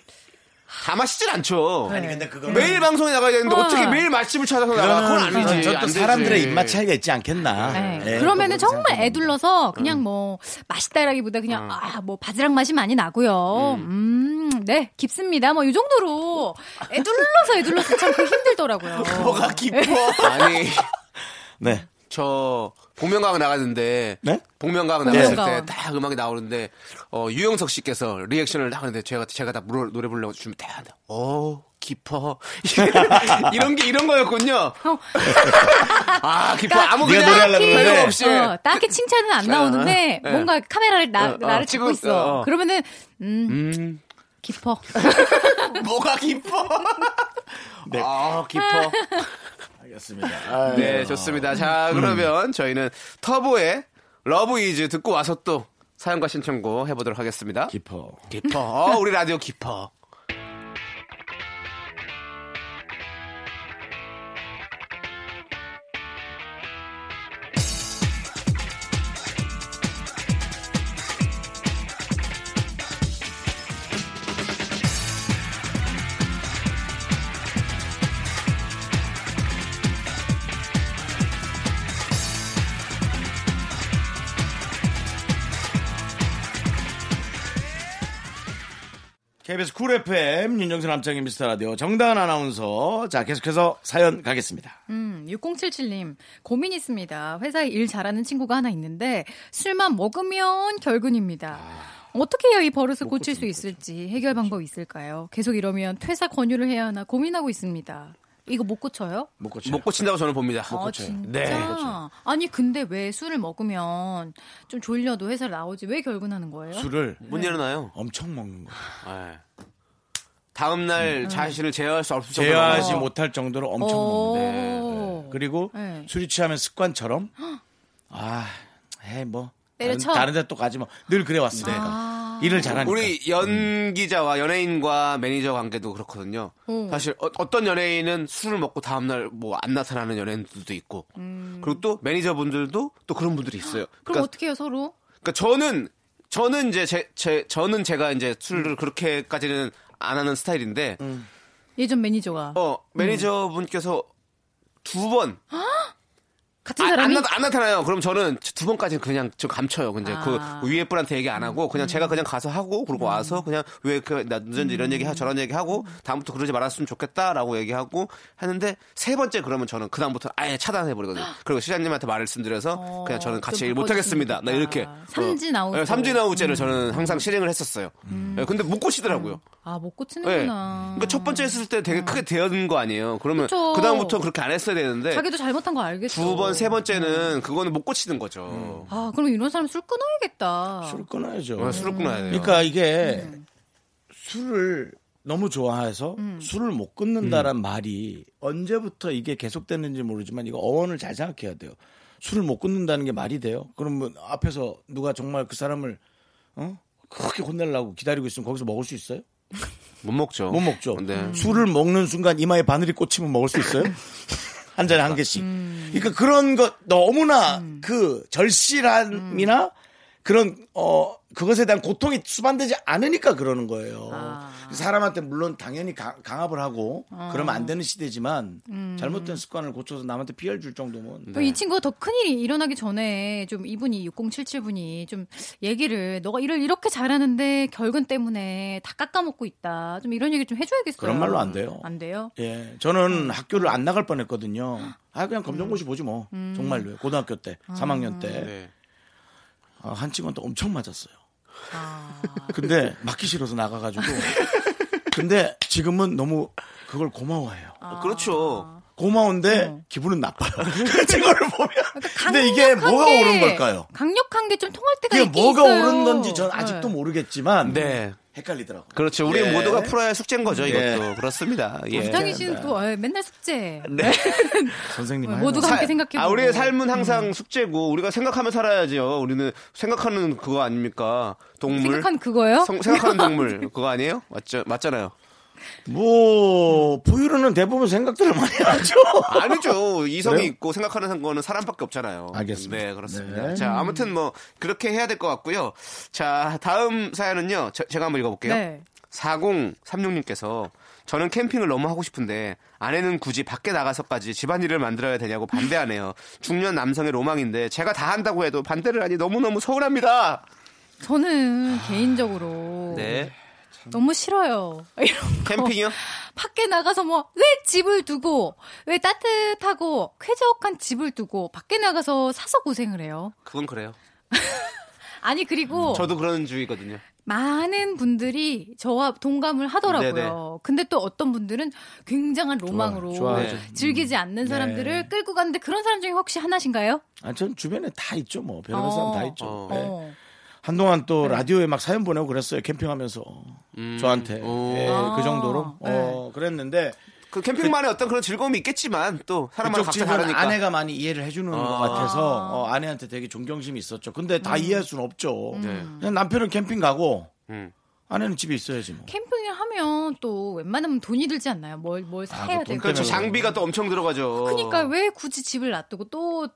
Speaker 2: 다 마시질 않죠.
Speaker 8: 아니,
Speaker 1: 근데 그거
Speaker 2: 매일 방송에 나가야 되는데
Speaker 8: 네. 어.
Speaker 2: 어떻게 매일 맛집을 찾아서 나가? 그건
Speaker 1: 그거는
Speaker 2: 아니지.
Speaker 1: 저또
Speaker 2: 안 되지.
Speaker 1: 사람들의 입맛 차이가 있지 않겠나.
Speaker 8: 네.
Speaker 1: 예, 그거는
Speaker 8: 그러면은 정말 애둘러서 그냥 뭐 맛있다라기보다 그냥 아 뭐 바지락 맛이 많이 나고요. 음, 네 깊습니다. 뭐 이 정도로 애둘러서 애둘러서 참 그 힘들더라고요.
Speaker 1: 뭐가 기뻐.
Speaker 2: 아니
Speaker 1: 네.
Speaker 2: 저 복면가왕 나갔는데
Speaker 1: 네?
Speaker 2: 복면가왕 나갔을
Speaker 8: 복면가왕.
Speaker 2: 때 딱 음악이 나오는데 어, 유영석 씨께서 리액션을 하는데 제가 제가 다 물어- 노래 부르려고 주면 다어 깊어 이런 게 이런 거였군요.
Speaker 8: 어.
Speaker 2: 아 깊어 아무
Speaker 1: 네가
Speaker 2: 그냥
Speaker 1: 노래하려고 그러는데.
Speaker 2: 별거 없이
Speaker 8: 그러니까 어, 딱히 칭찬은 안 나오는데
Speaker 2: 네.
Speaker 8: 뭔가 카메라를 나,
Speaker 2: 어, 어,
Speaker 8: 나를 찍고
Speaker 2: 찍고
Speaker 8: 있어.
Speaker 2: 있어.
Speaker 8: 그러면은 음, 깊어.
Speaker 2: 뭐가 깊어?
Speaker 1: 네.
Speaker 2: 아 깊어.
Speaker 1: 알겠습니다. 아유.
Speaker 2: 네, 좋습니다. 자,
Speaker 1: 음.
Speaker 2: 그러면 저희는 터보의 러브 이즈 듣고 와서 또 사연과 신청곡 해보도록 하겠습니다.
Speaker 1: 기뻐.
Speaker 2: 깊어. 어, 우리 라디오 깊어.
Speaker 1: KBS 쿨 FM 윤정수 남창희 미스터 라디오 정다은 아나운서 자 계속해서 사연 가겠습니다.
Speaker 8: 음, 6077님, 고민 있습니다. 회사에 일 잘하는 친구가 하나 있는데, 술만 먹으면 결근입니다. 어떻게 해야 이 버릇을 고칠 수 있을지, 해결 방법 있을까요? 계속 이러면 퇴사 권유를 해야 하나 고민하고 있습니다. 이거 못 고쳐요?
Speaker 1: 못 고쳐.
Speaker 2: 못 고친다고 저는 봅니다.
Speaker 8: 아, 진짜?
Speaker 2: 네.
Speaker 8: 아니, 근데 왜 술을 먹으면 좀 졸려도 회사를 나오지? 왜 결근하는 거예요?
Speaker 1: 술을
Speaker 2: 못 일어나요.
Speaker 1: 엄청 먹는 거.
Speaker 2: 예. 다음 날 자신을 제어할 수 없을 정도로.
Speaker 1: 제어하지
Speaker 8: 어.
Speaker 1: 못할 정도로 엄청
Speaker 8: 어.
Speaker 2: 네,
Speaker 1: 먹는데. 그리고
Speaker 8: 네.
Speaker 1: 술이 취하면 습관처럼 아, 에뭐 다른,
Speaker 8: 때려쳐. 아.
Speaker 1: 다른 데 또 가지 뭐. 늘 그래 왔어 내가. 일을 잘하니까.
Speaker 2: 어,
Speaker 1: 음.
Speaker 2: 우리 연기자와 연예인과 매니저 관계도 그렇거든요.
Speaker 8: 음.
Speaker 2: 사실 어, 떤 연예인은 술을 먹고 다음날 뭐 안 나타나는 연예인들도 있고,
Speaker 1: 음.
Speaker 2: 그리고 또 매니저분들도 또 그런 분들이 있어요.
Speaker 8: 그럼
Speaker 2: 그러니까
Speaker 8: 어떻게 해요, 서로?
Speaker 2: 그러니까 저는 저는 이제 제, 제 저는 제가 이제 술을
Speaker 1: 음.
Speaker 2: 그렇게까지는 안 하는 스타일인데
Speaker 8: 예전 매니저가.
Speaker 2: 어 매니저분께서 두 번 안
Speaker 8: 같은 사람이?
Speaker 2: 아, 나타나요. 그럼 저는 두 번까지는 그냥 좀 감춰요. 근데
Speaker 8: 아. 음.
Speaker 2: 그 위에 분한테 얘기 안 하고 그냥 제가 그냥 가서 하고 그러고 와서 그냥 왜그나 늦었는지 이런 얘기 하고 저런 얘기 하고 다음부터 그러지 말았으면 좋겠다라고 얘기하고 하는데 세 번째 그러면 저는 그 다음부터 아예 차단해 버리거든요. 그리고 시장님한테 말을 쓴드려서
Speaker 8: 어,
Speaker 2: 그냥 저는 같이
Speaker 8: 좀
Speaker 2: 일 못하겠습니다. 나
Speaker 8: 바꿔주시니까.
Speaker 2: 이렇게
Speaker 8: 삼진아웃제.
Speaker 2: 예, 삼진아웃제를
Speaker 8: 음.
Speaker 2: 저는 항상 실행을 했었어요. 예, 근데 못 고치더라고요.
Speaker 8: 아, 못
Speaker 2: 예.
Speaker 8: 고치는구나. 음.
Speaker 2: 그러니까 첫 번째 했을 때 되게 크게 되는 거 아니에요. 그러면
Speaker 8: 그쵸.
Speaker 2: 그 다음부터 그렇게 안 했어야 되는데
Speaker 8: 네. 자기도 잘못한 거 알겠어.
Speaker 2: 두 번, 세 번째는 그거는 못 고치는 거죠.
Speaker 8: 아, 그럼 이런 사람 술 끊어야겠다.
Speaker 1: 술을 끊어야죠.
Speaker 2: 어, 술을 끊어야 돼요.
Speaker 1: 그러니까 이게 술을 너무 좋아해서 술을 못 끊는다란 말이 언제부터 이게 계속됐는지 모르지만 이거 어원을 잘 생각해야 돼요. 술을 못 끊는다는 게 말이 돼요. 그러면 앞에서 누가 정말 그 사람을 어? 크게 혼내려고 기다리고 있으면 거기서 먹을 수 있어요?
Speaker 2: 못 먹죠.
Speaker 1: 못 먹죠.
Speaker 2: 네.
Speaker 1: 술을 먹는 순간 이마에 바늘이 꽂히면 먹을 수 있어요? 한 잔에 한 개씩. 그러니까 그런 것 너무나 그 절실함이나 그런 어 그것에 대한 고통이 수반되지 않으니까 그러는 거예요. 사람한테 물론 당연히 강- 강압을 하고 그러면 안 되는 시대지만 잘못된 습관을 고쳐서 남한테 피해를 줄 정도면
Speaker 8: 그럼 이 친구가 더 큰일이 일어나기 전에 좀 이분이 6077분이 좀 얘기를 너가 일을 이렇게 잘하는데 결근 때문에 다 깎아먹고 있다. 좀 이런 얘기 좀 해줘야겠어요.
Speaker 1: 그런 말로 안 돼요.
Speaker 8: 안 돼요?
Speaker 1: 예, 저는 학교를 안 나갈 뻔했거든요. 아 그냥 검정고시 보지 뭐 정말로요. 고등학교 때, 3학년 때
Speaker 2: 네.
Speaker 1: 아, 한 친구한테 엄청 맞았어요.
Speaker 8: 아.
Speaker 1: 근데 맞기 싫어서 나가가지고. 근데 지금은 너무 그걸 고마워해요.
Speaker 8: 아.
Speaker 2: 어, 그렇죠.
Speaker 1: 고마운데 기분은 나빠요. 그 친구를 보면. 근데 이게
Speaker 8: 강력한
Speaker 1: 뭐가
Speaker 8: 게-
Speaker 1: 오른 걸까요?
Speaker 8: 강력한 게 좀 통할 때가
Speaker 1: 그게
Speaker 8: 있긴
Speaker 1: 뭐가
Speaker 8: 있어요.
Speaker 1: 오른 건지 전 아직도
Speaker 8: 네.
Speaker 1: 모르겠지만
Speaker 2: 네.
Speaker 1: 헷갈리더라고요.
Speaker 2: 그렇죠. 우리
Speaker 1: 예.
Speaker 2: 모두가 풀어야 할 숙제인 거죠.
Speaker 1: 예.
Speaker 2: 이것도 그렇습니다. 예.
Speaker 8: 부장이
Speaker 1: 네.
Speaker 8: 씨는 또 어, 맨날 숙제.
Speaker 2: 네.
Speaker 1: 선생님 하여간
Speaker 8: 네, 모두가 함께
Speaker 2: 사-
Speaker 8: 생각해보고.
Speaker 2: 아, 우리의 삶은 항상 숙제고 우리가 생각하며 살아야죠. 우리는 생각하는 그거 아닙니까? 동물.
Speaker 8: 생각한 그거요?
Speaker 2: 성- 생각하는 동물 그거 아니에요? 맞죠? 맞잖아요.
Speaker 1: 뭐 포유류는 대부분 생각들을 많이 하죠.
Speaker 2: 아니죠. 이성이
Speaker 1: 그래요?
Speaker 2: 있고 생각하는 거는 사람밖에 없잖아요.
Speaker 1: 네. 알겠습니다.
Speaker 2: 네, 그렇습니다.
Speaker 1: 네.
Speaker 2: 자, 아무튼 뭐 그렇게 해야 될 것 같고요. 자, 다음 사연은요. 저- 제가 한번 읽어볼게요.
Speaker 8: 네.
Speaker 2: 4036님께서 저는 캠핑을 너무 하고 싶은데 아내는 굳이 밖에 나가서까지 집안일을 만들어야 되냐고 반대하네요. 중년 남성의 로망인데 제가 다 한다고 해도 반대를 하니 너무너무 서운합니다.
Speaker 8: 저는 개인적으로
Speaker 2: 아, 네. 어.
Speaker 8: 너무 싫어요. 이런 거.
Speaker 2: 캠핑이요?
Speaker 8: 밖에 나가서 뭐 왜 집을 두고 왜 따뜻하고 쾌적한 집을 두고 밖에 나가서 사서 고생을 해요.
Speaker 2: 그건 그래요.
Speaker 8: 아니 그리고
Speaker 2: 음, 저도 그런 주의거든요.
Speaker 8: 많은 분들이 저와 동감을 하더라고요.
Speaker 2: 네네.
Speaker 8: 근데 또 어떤 분들은 굉장한 로망으로 네,
Speaker 1: 좋아,
Speaker 2: 좋아. 음.
Speaker 8: 즐기지
Speaker 2: 네.
Speaker 8: 않는 사람들을 끌고 갔는데 그런 사람 중에 혹시 하나신가요?
Speaker 1: 아, 전 주변에 다 있죠, 뭐. 별의별 사람 다
Speaker 8: 어. 네.
Speaker 1: 있죠.
Speaker 2: 어.
Speaker 1: 네.
Speaker 8: 어.
Speaker 1: 한동안 또 라디오에 막 사연 보내고 그랬어요. 캠핑하면서. 저한테.
Speaker 2: 음. 오.
Speaker 1: 예,
Speaker 8: 아. 네.
Speaker 1: 그 정도로. 어, 그랬는데.
Speaker 2: 그 캠핑만의 어떤 그런 즐거움이 있겠지만 또 사람마다
Speaker 1: 그쪽
Speaker 2: 각자
Speaker 1: 집은
Speaker 2: 다르니까.
Speaker 1: 아내가 많이 이해를 해주는 것 같아서 어, 아내한테 되게 존경심이 있었죠. 근데
Speaker 8: 음.
Speaker 1: 다 이해할 수는 없죠.
Speaker 2: 네.
Speaker 1: 그냥 남편은 캠핑 가고
Speaker 2: 음.
Speaker 1: 아내는 집에 있어야지 뭐.
Speaker 8: 캠핑을 하면 또 웬만하면 돈이 들지 않나요? 뭘 뭘 사야
Speaker 1: 그돈
Speaker 8: 되고.
Speaker 2: 그렇죠.
Speaker 1: 때문에.
Speaker 2: 장비가 또 엄청 들어가죠.
Speaker 8: 그러니까 왜 굳이 집을 놔두고 또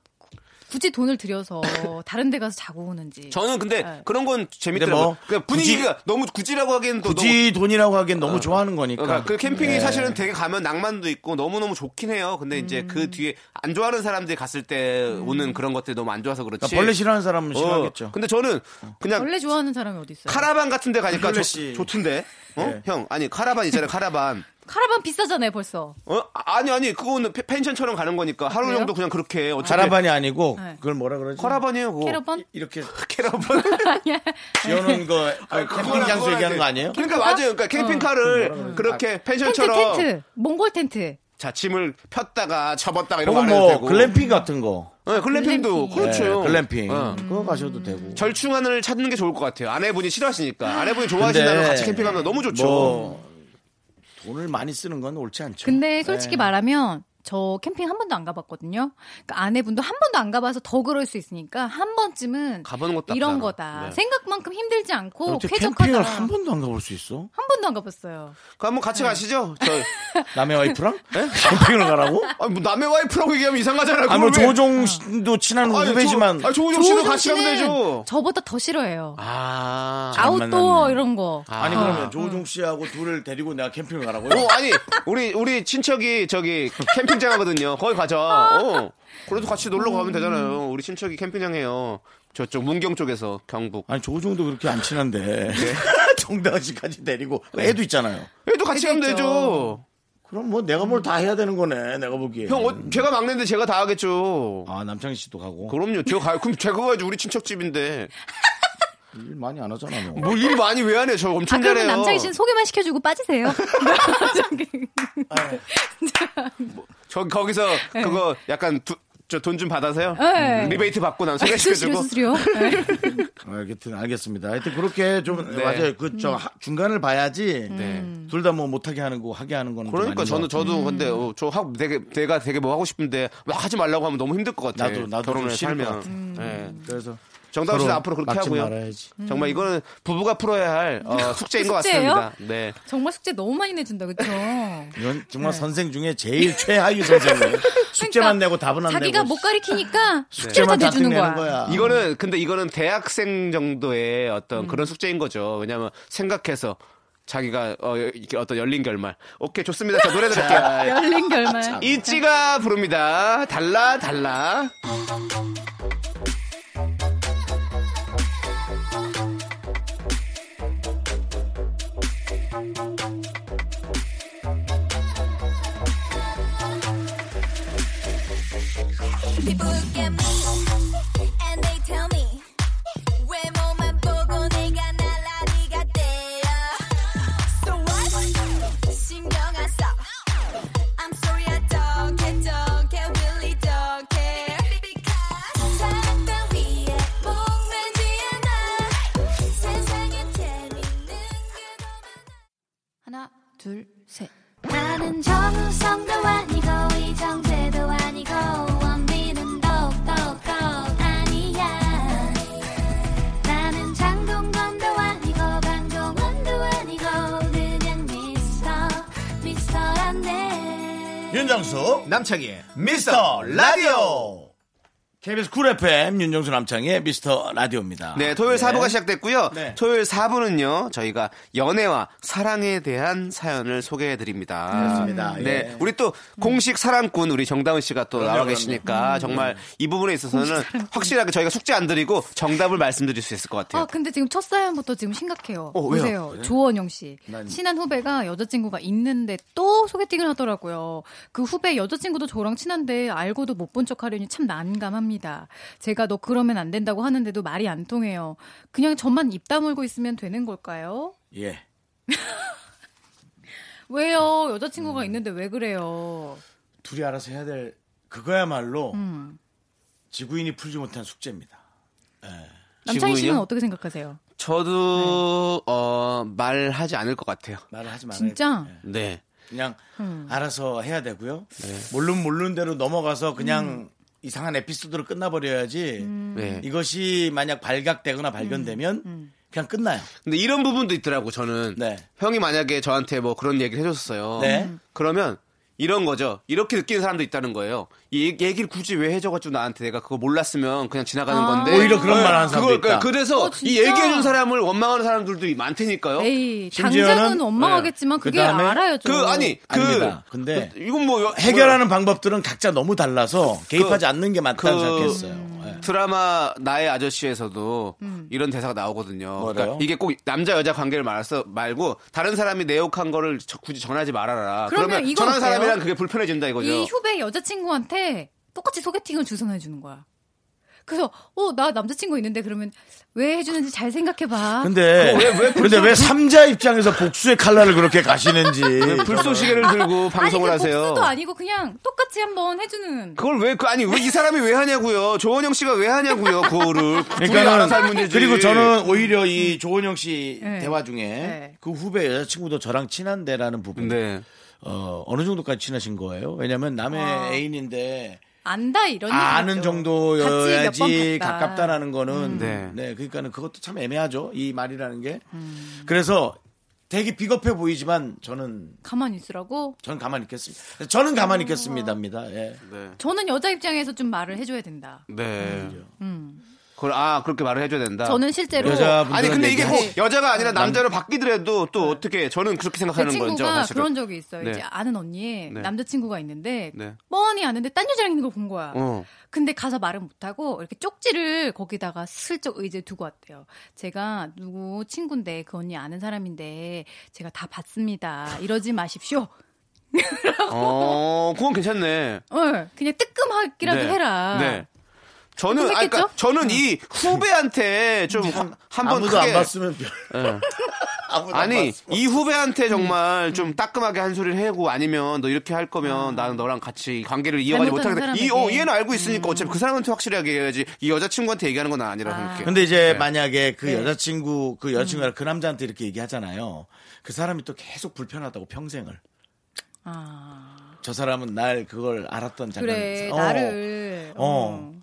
Speaker 8: 굳이 돈을 들여서 다른 데 가서 자고 오는지.
Speaker 2: 저는 근데
Speaker 8: 네.
Speaker 2: 그런 건
Speaker 1: 근데
Speaker 2: 재밌더라고요.
Speaker 1: 뭐
Speaker 2: 그러니까 분위기가 너무 굳이라고 하기엔 또 너무
Speaker 1: 굳이 돈이라고 하기엔 너무 좋아하는 거니까.
Speaker 2: 그러니까 그 캠핑이
Speaker 1: 예.
Speaker 2: 사실은 되게 가면 낭만도 있고 너무너무 좋긴 해요. 근데 이제 그
Speaker 8: 음.
Speaker 2: 뒤에 안 좋아하는 사람들이 갔을 때 오는 그런 것들이 너무 안 좋아서 그렇지.
Speaker 1: 그러니까 벌레 싫어하는 사람은 싫어하겠죠.
Speaker 2: 근데 저는 그냥
Speaker 8: 원래 좋아하는 사람이 어디 있어요?
Speaker 2: 카라반 같은 데 가니까
Speaker 1: 벌레
Speaker 2: 좋,
Speaker 1: 씨.
Speaker 2: 좋던데. 어?
Speaker 1: 네.
Speaker 2: 형, 아니 카라반 있잖아요. 카라반.
Speaker 8: 카라반 비싸잖아요, 벌써.
Speaker 2: 어? 아니 아니 그거는 페- 펜션처럼 가는 거니까 하루
Speaker 8: 그래요?
Speaker 2: 정도 그냥
Speaker 1: 아,
Speaker 2: 그렇게 어차피
Speaker 1: 자라반이 아니고
Speaker 8: 네.
Speaker 1: 그걸 뭐라 그러지?
Speaker 2: 카라반이에요. 그거.
Speaker 8: 캐러번?
Speaker 1: 이렇게
Speaker 2: 캐러반.
Speaker 1: 지어놓은 거 아, 캠핑 장소 얘기하는 거 아니에요? 어. 음,
Speaker 2: 그러니까 맞아요. 그러니까 캠핑카를 그렇게
Speaker 8: 아, 텐트,
Speaker 2: 펜션처럼
Speaker 8: 텐트. 몽골 텐트.
Speaker 2: 자 짐을 폈다가 접었다가 이런 거
Speaker 1: 혹은
Speaker 2: 안 해도
Speaker 1: 뭐
Speaker 2: 되고.
Speaker 1: 글램핑 같은 거.
Speaker 2: 네, 글램핑도
Speaker 8: 글램핑.
Speaker 2: 그렇죠.
Speaker 1: 예, 글램핑.
Speaker 2: 어.
Speaker 1: 그거 가셔도 되고.
Speaker 2: 절충안을 찾는 게 좋을 것 같아요. 아내분이 싫어하시니까 아내분이 좋아하신다면
Speaker 1: 근데
Speaker 2: 같이 캠핑하면 너무 좋죠.
Speaker 1: 뭐 돈을 많이 쓰는 건 옳지 않죠. 예.
Speaker 8: 근데 솔직히 말하면 저 캠핑 한 번도 안 가봤거든요. 그러니까 아내분도 한 번도 안 가봐서 더 그럴 수 있으니까 한 번쯤은
Speaker 2: 가보는 것도
Speaker 8: 이런
Speaker 2: 나쁘지
Speaker 8: 거다.
Speaker 2: 않아. 네.
Speaker 8: 생각만큼 힘들지 않고
Speaker 1: 어떻게
Speaker 8: 쾌적하다.
Speaker 1: 캠핑을 한
Speaker 8: 한,
Speaker 1: 번도 안 가볼 수 있어?
Speaker 8: 번도 안 가봤어요.
Speaker 2: 그럼 한번 같이 가시죠. 저
Speaker 1: 남의 와이프랑 예? 캠핑을 가라고?
Speaker 2: 아니, 뭐 남의 와이프라고 얘기하면 이상하잖아요.
Speaker 1: 아니 뭐
Speaker 2: 그걸 왜-
Speaker 1: 조종 씨도 친한
Speaker 2: 아니,
Speaker 1: 후배지만
Speaker 2: 조- 아니, 조우종 씨도
Speaker 8: 조우종
Speaker 2: 같이 가면
Speaker 8: 씨는
Speaker 2: 되죠.
Speaker 8: 저보다 더 싫어해요.
Speaker 2: 아.
Speaker 8: 아웃도어
Speaker 1: 만났네.
Speaker 8: 이런 거.
Speaker 1: 아니 그러면 조종 씨하고 둘을 데리고 내가 캠핑을 가라고요?
Speaker 2: 어, 아니 우리 우리 친척이 저기 캠핑장 하거든요. 거기 가자. 어. 그래도 같이 놀러 가면 되잖아요. 우리 친척이 캠핑장 해요. 저쪽 문경 쪽에서 경북.
Speaker 1: 아니 조종도 그렇게 안 친한데
Speaker 2: 네.
Speaker 1: 정다은 씨까지 데리고 애도 있잖아요.
Speaker 2: 얘도 같이 가면
Speaker 8: 그렇죠.
Speaker 2: 되죠.
Speaker 1: 그럼 뭐 내가 뭘 다 해야 되는 거네 내가 보기에.
Speaker 2: 형, 어, 제가 막내인데 제가 다 하겠죠.
Speaker 1: 아 남창희 씨도 가고
Speaker 2: 그럼요. 제가 가, 그럼 제가 가야지 우리 친척 집인데.
Speaker 1: 일 많이 안 하잖아 뭐.
Speaker 2: 뭐 일 많이 왜 안 해요? 저 엄청
Speaker 8: 아, 그러면
Speaker 2: 잘해요.
Speaker 8: 남창희 씨는 소개만 시켜주고 빠지세요. 저기.
Speaker 2: 저 거기서 그거 약간 저 돈 좀 받아서요.
Speaker 8: 네.
Speaker 2: 음, 리베이트 받고 난
Speaker 8: 수수료,
Speaker 2: 소개시켜주고.
Speaker 8: 수수료. 네.
Speaker 1: 하여튼 알겠습니다. 하여튼 그렇게 좀
Speaker 2: 네.
Speaker 1: 맞아요. 그
Speaker 8: 음.
Speaker 1: 저 중간을 봐야지
Speaker 2: 네.
Speaker 1: 둘 다 뭐 못하게 하는 거 하게 하는 거는 좀
Speaker 2: 그러니까
Speaker 1: 아닌
Speaker 2: 저는
Speaker 1: 것 같아요.
Speaker 8: 음.
Speaker 2: 저도 근데 어, 저 하고 되게 내가 되게 뭐 하고 싶은데 막 하지 말라고 하면 너무 힘들 것 같아.
Speaker 1: 나도- 나도 좀
Speaker 2: 결혼을
Speaker 1: 싫을 것 같아.
Speaker 2: 살면. 예.
Speaker 1: 그래서
Speaker 2: 정다운 씨도
Speaker 1: 서로
Speaker 2: 앞으로 음. 그렇게
Speaker 1: 막지
Speaker 2: 하고요.
Speaker 1: 말아야지.
Speaker 2: 정말 이거는 부부가 풀어야 할 어, 숙제인 것
Speaker 8: 숙제예요?
Speaker 2: 같습니다. 네.
Speaker 8: 정말 숙제 너무 많이 내준다, 그쵸?
Speaker 1: 이건
Speaker 8: 네.
Speaker 1: 정말 선생 중에 제일 최하위 선생이에요. 숙제만 내고 답은 안
Speaker 8: 그러니까 자기가
Speaker 1: 내고
Speaker 8: 못 가리키니까 숙제를 다
Speaker 1: 숙제만 잔뜩
Speaker 8: 내주는
Speaker 1: 내는
Speaker 8: 거야.
Speaker 2: 아.
Speaker 1: 거야.
Speaker 2: 이거는 근데 이거는 대학생 정도의
Speaker 8: 음.
Speaker 2: 어떤 그런 숙제인 거죠. 왜냐하면 생각해서 자기가 어, 이렇게 어떤 열린 결말. 오케이 좋습니다. 자 노래 들을게요.
Speaker 8: 열린 결말.
Speaker 1: 아,
Speaker 2: 이찌가 부릅니다. 달라 달라.
Speaker 6: People look at me and they tell me 외모만 보고 내가 날라리가 돼요 So what? 신경 안 써. I'm sorry I don't care, don't care, really don't care. Because 사랑과 위에 목만 뒤에 나 세상에 재밌는 게 너만
Speaker 8: 하나, 둘, 셋.
Speaker 6: 나는 정우성도 아니고 이정재도 아니고 원빈은 더욱더 아니야 나는 장동건도 아니고 강동원도 아니고 그냥 미스터 미스터란데
Speaker 1: 예.
Speaker 7: 윤정수 남창희의 미스터 라디오
Speaker 1: KBS 쿨 FM 윤정수 남창의 미스터 라디오입니다.
Speaker 2: 네, 토요일
Speaker 1: 네.
Speaker 2: 사 4부가 시작됐고요.
Speaker 1: 네.
Speaker 2: 토요일 4부는요, 저희가 연애와 사랑에 대한 사연을 소개해 드립니다.
Speaker 1: 그렇습니다. 예.
Speaker 2: 네, 우리 또 공식 사랑꾼 우리 정다은 씨가 또 나와
Speaker 1: 그럼요. 음.
Speaker 2: 계시니까 정말 이 부분에 있어서는 확실하게 저희가 숙제 안 드리고 정답을 말씀드릴 수 있을 것 같아요.
Speaker 8: 아, 근데 지금 첫 사연부터 지금 심각해요.
Speaker 2: 어, 왜요?
Speaker 8: 보세요. 조원영 씨. 친한 후배가 여자친구가 있는데 또 소개팅을 하더라고요. 그 후배 여자친구도 저랑 친한데 알고도 못 본 척 하려니 참 난감합니다. 제가 너 그러면 안 된다고 하는데도 말이 안 통해요. 그냥 저만 입 다물고 있으면 되는 걸까요?
Speaker 1: 예.
Speaker 8: 왜요? 여자친구가 있는데 왜 그래요?
Speaker 1: 둘이 알아서 해야 될 그거야말로
Speaker 8: 음.
Speaker 1: 지구인이 풀지 못한 숙제입니다.
Speaker 8: 남창희 씨는
Speaker 2: 지구인이요?
Speaker 8: 어떻게 생각하세요?
Speaker 2: 저도
Speaker 1: 네.
Speaker 2: 어, 말하지 않을 것 같아요.
Speaker 1: 말을 하지 말아요.
Speaker 8: 진짜?
Speaker 1: 예.
Speaker 2: 네.
Speaker 1: 그냥
Speaker 8: 음.
Speaker 1: 알아서 해야 되고요. 모른 모른 대로 넘어가서 그냥 이상한 에피소드로 끝나버려야지.
Speaker 2: 네.
Speaker 1: 이것이 만약 발각되거나 발견되면 그냥 끝나요.
Speaker 2: 근데 이런 부분도 있더라고 저는
Speaker 1: 네.
Speaker 2: 형이 만약에 저한테 뭐 그런 얘기를 해줬어요.
Speaker 1: 네. 음.
Speaker 2: 그러면 이런 거죠. 이렇게 느끼는 사람도 있다는 거예요. 이 얘기- 얘기를 굳이 왜 해줘가지고 나한테 내가 그거 몰랐으면 그냥 지나가는
Speaker 8: 아.
Speaker 2: 건데
Speaker 1: 오히려 그런
Speaker 2: 네,
Speaker 1: 말 하는 사람도
Speaker 2: 그걸-
Speaker 1: 있다.
Speaker 2: 그래서
Speaker 8: 어,
Speaker 2: 이
Speaker 8: 진짜?
Speaker 2: 얘기해준 사람을 원망하는 사람들도 많다니까요.
Speaker 8: 에이,
Speaker 1: 심지어는-
Speaker 8: 당장은 원망하겠지만
Speaker 1: 네.
Speaker 8: 그게
Speaker 1: 그다음에
Speaker 8: 알아야죠.
Speaker 2: 그 아니 그
Speaker 1: 아닙니다. 근데
Speaker 2: 그- 이건 뭐
Speaker 1: 해결하는 방법들은 각자 너무 달라서 개입하지
Speaker 2: 그-
Speaker 1: 않는 게 맞다는
Speaker 2: 그-
Speaker 1: 생각했어요. 예.
Speaker 8: 네.
Speaker 2: 드라마 나의 아저씨에서도
Speaker 8: 음.
Speaker 2: 이런 대사가 나오거든요. 그러니까
Speaker 1: 뭐래요?
Speaker 2: 이게 꼭 남자 여자 관계를 말해서 말고 다른 사람이 내 욕한 거를 저- 굳이 전하지 말아라.
Speaker 8: 그러면
Speaker 2: 그러면
Speaker 8: 이건
Speaker 2: 전하는
Speaker 8: 어때요?
Speaker 2: 사람이랑 그게 불편해진다 이거죠.
Speaker 8: 이 후배 여자친구한테 똑같이 소개팅을 주선해 주는 거야. 그래서 어 나 남자친구 있는데 그러면 왜 해주는지 잘 생각해봐.
Speaker 1: 근데 왜, 근데 왜 삼자 입장에서 복수의 칼날을 그렇게 가시는지
Speaker 2: 네, 불쏘시개를 들고 방송을
Speaker 8: 아니 그
Speaker 2: 하세요.
Speaker 8: 복수도 아니고 그냥 똑같이 한번 해주는.
Speaker 2: 그걸 왜 그- 아니 왜 이 사람이 왜 하냐고요. 조원영 씨가 왜 하냐고요. 그거를 그둘 알아서 할
Speaker 1: 그러니까
Speaker 2: 문제지.
Speaker 1: 그리고 저는 오히려 이 조원영 씨
Speaker 8: 네.
Speaker 1: 대화 중에
Speaker 8: 네.
Speaker 1: 그 후배 여자친구도 저랑 친한데라는 부분
Speaker 2: 네.
Speaker 1: 어, 어느 정도까지 친하신 거예요? 왜냐면 남의
Speaker 8: 와.
Speaker 1: 애인인데
Speaker 8: 안다 이런 얘기죠.
Speaker 1: 아는
Speaker 8: 같이
Speaker 1: 정도여야지
Speaker 8: 몇번 봤다. 음.
Speaker 1: 가깝다라는 거는 네.
Speaker 2: 네.
Speaker 1: 그러니까는 그것도 참 애매하죠. 이 말이라는 게
Speaker 8: 음.
Speaker 1: 그래서 되게 비겁해 보이지만 저는
Speaker 8: 가만히 있으라고.
Speaker 1: 저는 가만히 있겠습니다. 저는 가만히
Speaker 8: 어.
Speaker 1: 있겠습니다입니다. 예.
Speaker 2: 네.
Speaker 8: 저는 여자 입장에서 좀 말을 해줘야 된다.
Speaker 2: 네. 그걸 아 그렇게 말을 해줘야 된다.
Speaker 8: 음. 저는 실제로
Speaker 1: 여자분들한테
Speaker 2: 아니 근데 이게 꼭
Speaker 1: 얘기하시-
Speaker 2: 여자가 아니라 남자로 바뀌더라도 또 어떻게 저는 그렇게
Speaker 8: 제
Speaker 2: 생각하는 거죠.
Speaker 8: 친구가
Speaker 2: 사실은.
Speaker 8: 그런 적이 있어요.
Speaker 2: 네.
Speaker 8: 이제 아는 언니
Speaker 2: 네.
Speaker 8: 남자친구가 있는데
Speaker 2: 네.
Speaker 8: 뻔히 아는데 딴 여자랑 있는 걸 본 거야.
Speaker 2: 어.
Speaker 8: 근데 가서 말을 못하고 이렇게 쪽지를 거기다가 슬쩍 의제 두고 왔대요. 제가 누구 친구인데 그 언니 아는 사람인데 제가 다 봤습니다. 이러지 마십시오.
Speaker 2: 어, 그건 괜찮네.
Speaker 8: 어, 그냥 뜨끔하기라도
Speaker 2: 네.
Speaker 8: 해라.
Speaker 2: 네. 저는
Speaker 8: 조금
Speaker 2: 아까 그러니까
Speaker 8: 했겠죠? 음.
Speaker 2: 저는 이 후배한테 좀한번 예.
Speaker 1: 아무도 안 봤으면 별- 아무도 안
Speaker 2: 아니
Speaker 1: 봤으면.
Speaker 2: 이
Speaker 8: 음.
Speaker 2: 후배한테 정말 좀 따끔하게 한 소리를 해고 아니면 너 이렇게 할 거면 나는 너랑 같이 관계를 이어가지
Speaker 8: 잘못하는
Speaker 2: 못하겠다.
Speaker 8: 사람에게. 음.
Speaker 2: 이 어, 얘는 알고 있으니까 어차피 그 사람한테 확실하게 얘기해야지 이 여자친구한테 얘기하는 건 아니라 생각해.
Speaker 1: 근데 이제 만약에
Speaker 8: 네.
Speaker 1: 그 여자친구 그 여자친구가
Speaker 8: 음.
Speaker 1: 그 남자한테 이렇게 얘기하잖아요. 그 사람이 또 계속 불편하다고 평생을
Speaker 8: 아,
Speaker 1: 저 사람은 날 그걸 알았던 장면.
Speaker 8: 그래 나를.
Speaker 1: 어.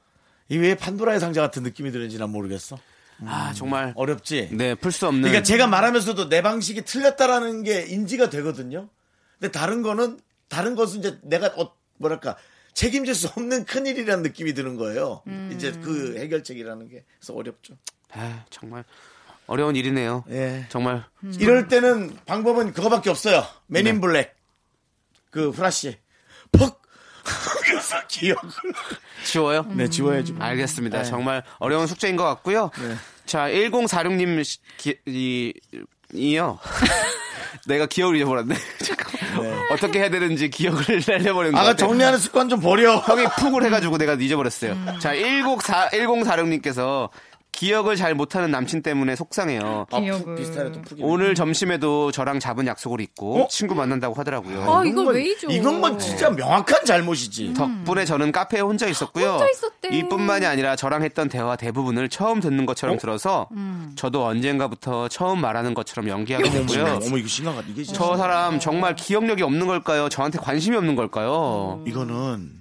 Speaker 1: 이왜 판도라의 상자 같은 느낌이 드는지 난 모르겠어.
Speaker 2: 아 정말
Speaker 1: 음. 어렵지.
Speaker 2: 네 풀 수 없는.
Speaker 1: 그러니까 제가 말하면서도 내 방식이 틀렸다라는 게 인지가 되거든요. 근데 다른 거는 다른 것은 이제 내가 어, 뭐랄까 책임질 수 없는 큰 일이라는 느낌이 드는 거예요.
Speaker 8: 음.
Speaker 1: 이제 그 해결책이라는 게 그래서 어렵죠.
Speaker 2: 아, 정말 어려운 일이네요.
Speaker 1: 예.
Speaker 2: 정말
Speaker 8: 음.
Speaker 1: 이럴 때는 방법은 그거밖에 없어요. 맨인 블랙 그 후라시 퍽 그래서 기억을
Speaker 2: 쉬워요.
Speaker 8: 음.
Speaker 1: 네 지워야지. 뭐.
Speaker 2: 알겠습니다.
Speaker 1: 네.
Speaker 2: 정말 어려운 숙제인 것 같고요. 자, 1046님 시- 기, 이, 이요. 내가 기억을 잊어버렸네. 잠깐만. 어떻게 해야 되는지 기억을 날려버렸는데.
Speaker 1: 아가 그러니까 정리하는 습관 좀 버려.
Speaker 2: 형이 푹을 해가지고 내가 잊어버렸어요.
Speaker 1: 음.
Speaker 2: 자, 104, 1046님께서 기억을 잘 못하는 남친 때문에 속상해요.
Speaker 1: 아, 푹
Speaker 8: 기억을.
Speaker 1: 비슷하네 또 푹이.
Speaker 2: 오늘 점심에도 저랑 잡은 약속을 잊고
Speaker 1: 어?
Speaker 2: 친구 만난다고 하더라고요.
Speaker 8: 아, 이걸 왜 잊어?
Speaker 1: 뭐 이것만 진짜 명확한 잘못이지.
Speaker 2: 덕분에 저는 카페에 혼자 있었고요.
Speaker 8: 음. 혼자 있었대.
Speaker 2: 이뿐만이 아니라 저랑 했던 대화 대부분을 처음 듣는 것처럼 들어서
Speaker 8: 음.
Speaker 2: 저도 언젠가부터 처음 말하는 것처럼 연기하게 됐고요.
Speaker 1: 어머 이거 심각하다. 이게 진짜
Speaker 2: 저 사람 정말 기억력이 없는 걸까요? 저한테 관심이 없는
Speaker 8: 음.
Speaker 2: 걸까요?
Speaker 1: 이거는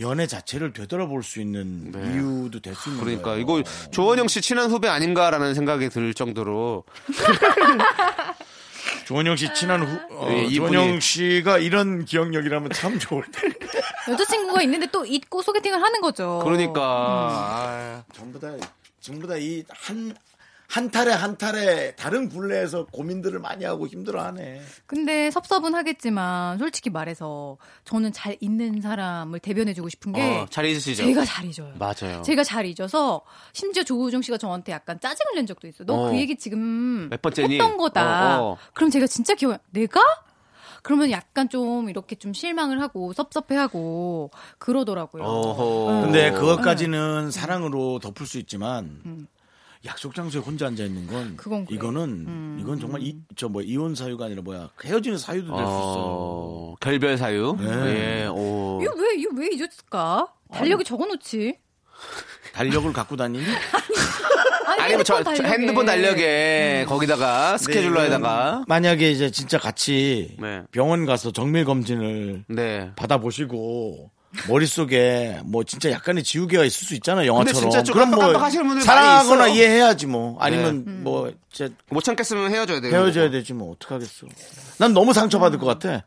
Speaker 1: 연애 자체를 되돌아볼 수 있는 네. 이유도 될 수 있는
Speaker 2: 그러니까
Speaker 1: 거예요.
Speaker 2: 이거 조원영 씨 친한 후배 아닌가라는 생각이 들 정도로
Speaker 1: 조원영 씨 친한 후, 어,
Speaker 2: 예, 이분이-
Speaker 1: 조원영 씨가 이런 기억력이라면 참 좋을 텐데.
Speaker 8: 여자친구가 있는데 또 잊고 소개팅을 하는 거죠. 어. 음.
Speaker 2: 그러니까.
Speaker 1: 아, 전부 다, 전부 다 이 한 한탈에 한탈에 다른 굴레에서 고민들을 많이 하고 힘들어하네.
Speaker 8: 근데 섭섭은 하겠지만 솔직히 말해서 저는 잘 있는 사람을 대변해주고 싶은 게
Speaker 2: 어, 잘 잊으시죠?
Speaker 8: 예. 제가 잘 잊어요.
Speaker 2: 맞아요.
Speaker 8: 제가 잘 잊어서 심지어 조우종 씨가 저한테 약간 짜증을 낸 적도 있어. 너 그
Speaker 2: 어.
Speaker 8: 얘기 지금
Speaker 2: 몇 번째니?
Speaker 8: 했던 거다.
Speaker 2: 어, 어.
Speaker 8: 그럼 제가 진짜 기억 내가 그러면 약간 좀 이렇게 좀 실망을 하고 섭섭해하고 그러더라고요.
Speaker 2: 어허. 음.
Speaker 1: 근데 그것까지는 사랑으로 덮을 수 있지만 약속 장소에 혼자 앉아 있는 건
Speaker 8: 그건 그래요.
Speaker 1: 이거는
Speaker 2: 음.
Speaker 1: 이건 정말 저 뭐 이혼 사유가 아니라 뭐야 헤어지는 사유도 될 수 네. 있어.
Speaker 2: 어, 결별 사유. 예. 오.
Speaker 8: 이거 왜 이거 왜 잊었을까? 달력에 적어놓지.
Speaker 1: 달력을 갖고 다니니?
Speaker 8: 아니,
Speaker 2: 아니면 뭐 저, 저 핸드폰
Speaker 8: 음.
Speaker 2: 달력에
Speaker 8: 네,
Speaker 2: 거기다가 스케줄러에다가
Speaker 1: 만약에 이제 진짜 같이
Speaker 2: 네.
Speaker 1: 병원 가서 정밀 검진을
Speaker 2: 네.
Speaker 1: 받아보시고 머릿속에 뭐 진짜 약간의 지우개가 있을 수 있잖아 영화처럼
Speaker 2: 진짜 좀
Speaker 1: 그럼 뭐
Speaker 2: 깜빡깜빡하시는 분들 많이
Speaker 1: 사랑하거나
Speaker 2: 있어요. 네.
Speaker 1: 이해해야지 뭐 아니면 뭐 진짜
Speaker 2: 못 참겠으면 헤어져야 돼요.
Speaker 1: 헤어져야 되지 뭐 어떡하겠어 난 너무 상처받을 것 같아
Speaker 2: 그러니까.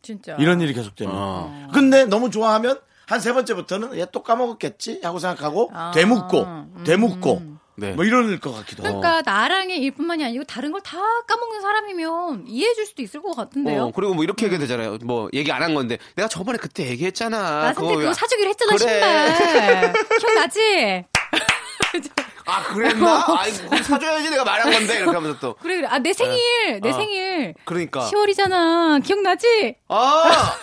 Speaker 8: 진짜.
Speaker 1: 이런 일이 계속되면
Speaker 2: 어.
Speaker 8: 네.
Speaker 1: 근데 너무 좋아하면 한 세 번째부터는 얘 또 까먹었겠지 하고 생각하고 되묻고 되묻고
Speaker 2: 네.
Speaker 1: 뭐 이럴 것 같기도 하고
Speaker 8: 아. 음.
Speaker 2: 어.
Speaker 8: 그러니까 나랑의 일뿐만이 아니고 다른 걸 다 까먹는 사람이면 이해해줄 수도 있을 것 같은데요. 음.
Speaker 2: 어, 그리고 뭐 이렇게 얘기 되잖아요. 뭐 얘기 안 한 건데 내가 저번에 그때 얘기했잖아.
Speaker 8: 나 선택
Speaker 2: 왜
Speaker 8: 그거
Speaker 2: 안-
Speaker 8: 사주기로 했잖아
Speaker 2: 그래.
Speaker 8: 신발. 기억나지?
Speaker 2: 아 그랬나? 아이 그럼 사줘야지 내가 말한 건데 이렇게 하면서 또
Speaker 8: 그래 그래. 아 내 생일 내 생일.
Speaker 2: 네. 어. 그러니까
Speaker 8: 10월이잖아. 기억나지?
Speaker 2: 아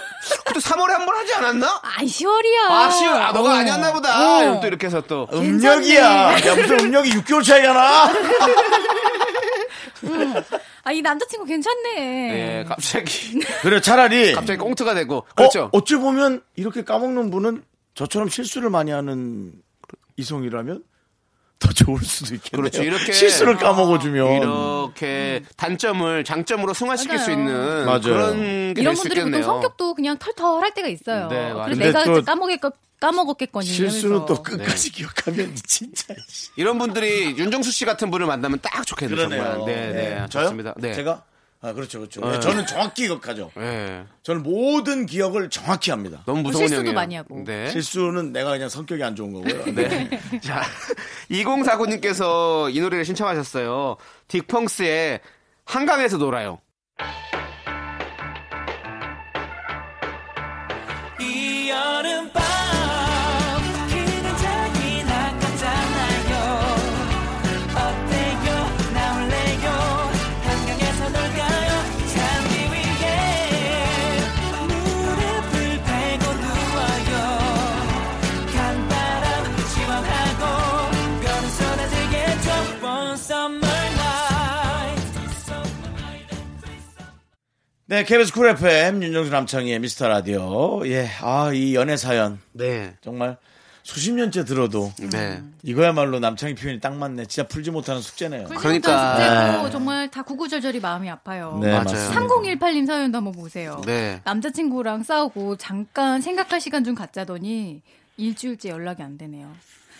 Speaker 2: 그때 3월에 한 번 하지 않았나?
Speaker 8: 아이 10월이야.
Speaker 2: 아 10월 아 너가
Speaker 8: 어.
Speaker 2: 아니었나 보다.
Speaker 8: 어.
Speaker 2: 이러면서 또 이렇게 해서 또
Speaker 1: 음력이야 야 무슨 음력이 6개월 차이가 나
Speaker 8: 아 이 남자친구 괜찮네.
Speaker 2: 예, 갑자기
Speaker 1: 그래 차라리
Speaker 2: 갑자기 꽁트가 되고 그렇죠.
Speaker 1: 어, 어찌 보면 이렇게 까먹는 분은 저처럼 실수를 많이 하는 이성이라면 더 좋을 수도 있겠네요.
Speaker 2: 그렇죠. 이렇게-
Speaker 1: 실수를 까먹어주면
Speaker 2: 이렇게 단점을 장점으로 승화시킬
Speaker 8: 맞아요.
Speaker 2: 수 있는
Speaker 1: 맞아요.
Speaker 2: 그런 게
Speaker 8: 이런
Speaker 2: 될수
Speaker 8: 분들이 보통
Speaker 2: 있겠네요.
Speaker 8: 성격도 그냥 털털할 때가 있어요.
Speaker 2: 네, 맞아요.
Speaker 8: 그래서
Speaker 1: 근데
Speaker 8: 내가
Speaker 1: 또
Speaker 8: 까먹겠거, 까먹었겠거니.
Speaker 1: 실수는
Speaker 8: 이러면서.
Speaker 1: 또 그-
Speaker 2: 네.
Speaker 1: 끝까지 기억하면 진짜. 씨.
Speaker 2: 이런 분들이 윤정수 씨 같은 분을 만나면 딱 좋겠네요. 정말. 네, 네,
Speaker 1: 저요?
Speaker 2: 좋습니다. 네. 어.
Speaker 1: 제가 아 그렇죠, 그렇죠. 네, 저는 정확히 기억하죠.
Speaker 2: 네.
Speaker 1: 저는 모든 기억을 정확히 합니다.
Speaker 2: 너무 무서운
Speaker 8: 실수도
Speaker 2: 형이에요.
Speaker 8: 많이 하고.
Speaker 2: 네.
Speaker 1: 실수는 내가 그냥 성격이 안 좋은 거고요.
Speaker 2: 네. 자, 2049님께서 이 노래를 신청하셨어요. 딕펑스의 한강에서 놀아요.
Speaker 5: 이 여름밤 그는 자기 나 같잖아요 어때요 나올래요 한강에서 놀까요 잔디 위에 무릎을 베고 누워요 강바람 시원하고 별은 쏟아지겠죠 One summer night
Speaker 1: 네, KBS 쿨 FM 윤정수 남창희의 미스터 라디오. 예, 아 이 연애 사연
Speaker 2: 네.
Speaker 1: 정말 수십 년째 들어도
Speaker 8: 음,
Speaker 2: 네.
Speaker 1: 이거야말로 남창희 표현이 딱 맞네. 진짜 풀지 못하는 숙제네요.
Speaker 2: 그러니까.
Speaker 8: 그러니까 고 정말 다 구구절절이 마음이 아파요.
Speaker 1: 네,
Speaker 2: 맞아요.
Speaker 1: 맞습니다.
Speaker 8: 3018님 사연도 한번 보세요.
Speaker 2: 네.
Speaker 8: 남자친구랑 싸우고 잠깐 생각할 시간 좀 갖자더니 일주일째 연락이 안 되네요.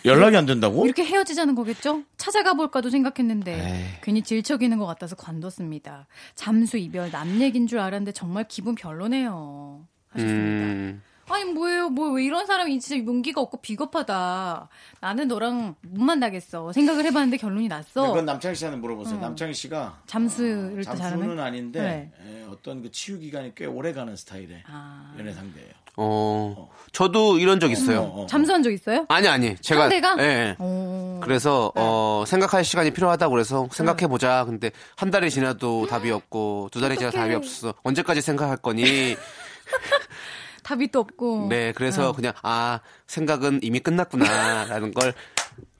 Speaker 1: 연락이 안 된다고?
Speaker 8: 이렇게 헤어지자는 거겠죠? 찾아가 볼까도 생각했는데
Speaker 2: 네.
Speaker 8: 괜히 질척이는 것 같아서 관뒀습니다. 잠수 이별 남 얘긴 줄 알았는데 정말 기분 별로네요. 하셨습니다.
Speaker 2: 음,
Speaker 8: 아니 뭐예요? 뭐 왜 이런 사람이 진짜 용기가 없고 비겁하다. 나는 너랑 못 만나겠어. 생각을 해봤는데 결론이 났어.
Speaker 1: 네, 그건 남창희 씨한테 물어보세요. 남창희 씨가
Speaker 8: 잠수를 또
Speaker 1: 잠수는
Speaker 8: 잘하는.
Speaker 1: 아닌데 예, 어떤 그 치유 기간이 꽤 오래 가는 스타일의
Speaker 8: 아.
Speaker 1: 연애 상대예요.
Speaker 2: 어, 저도 이런 적 있어요.
Speaker 8: 잠수한 적 있어요?
Speaker 2: 아니, 아니. 제가.
Speaker 8: 상대가? 어. 네.
Speaker 2: 예, 예.
Speaker 8: 오.
Speaker 2: 그래서 어 생각할 시간이 필요하다고 그래서 생각해 보자. 근데 한 달이 지나도 답이 없고 두 달이 지나
Speaker 8: 음. 어떡해.
Speaker 2: 답이 없어. 언제까지 생각할 거니?
Speaker 8: 답이 또 없고.
Speaker 2: 네,
Speaker 8: 어.
Speaker 2: 그래서 그냥 아 생각은 이미 끝났구나라는 걸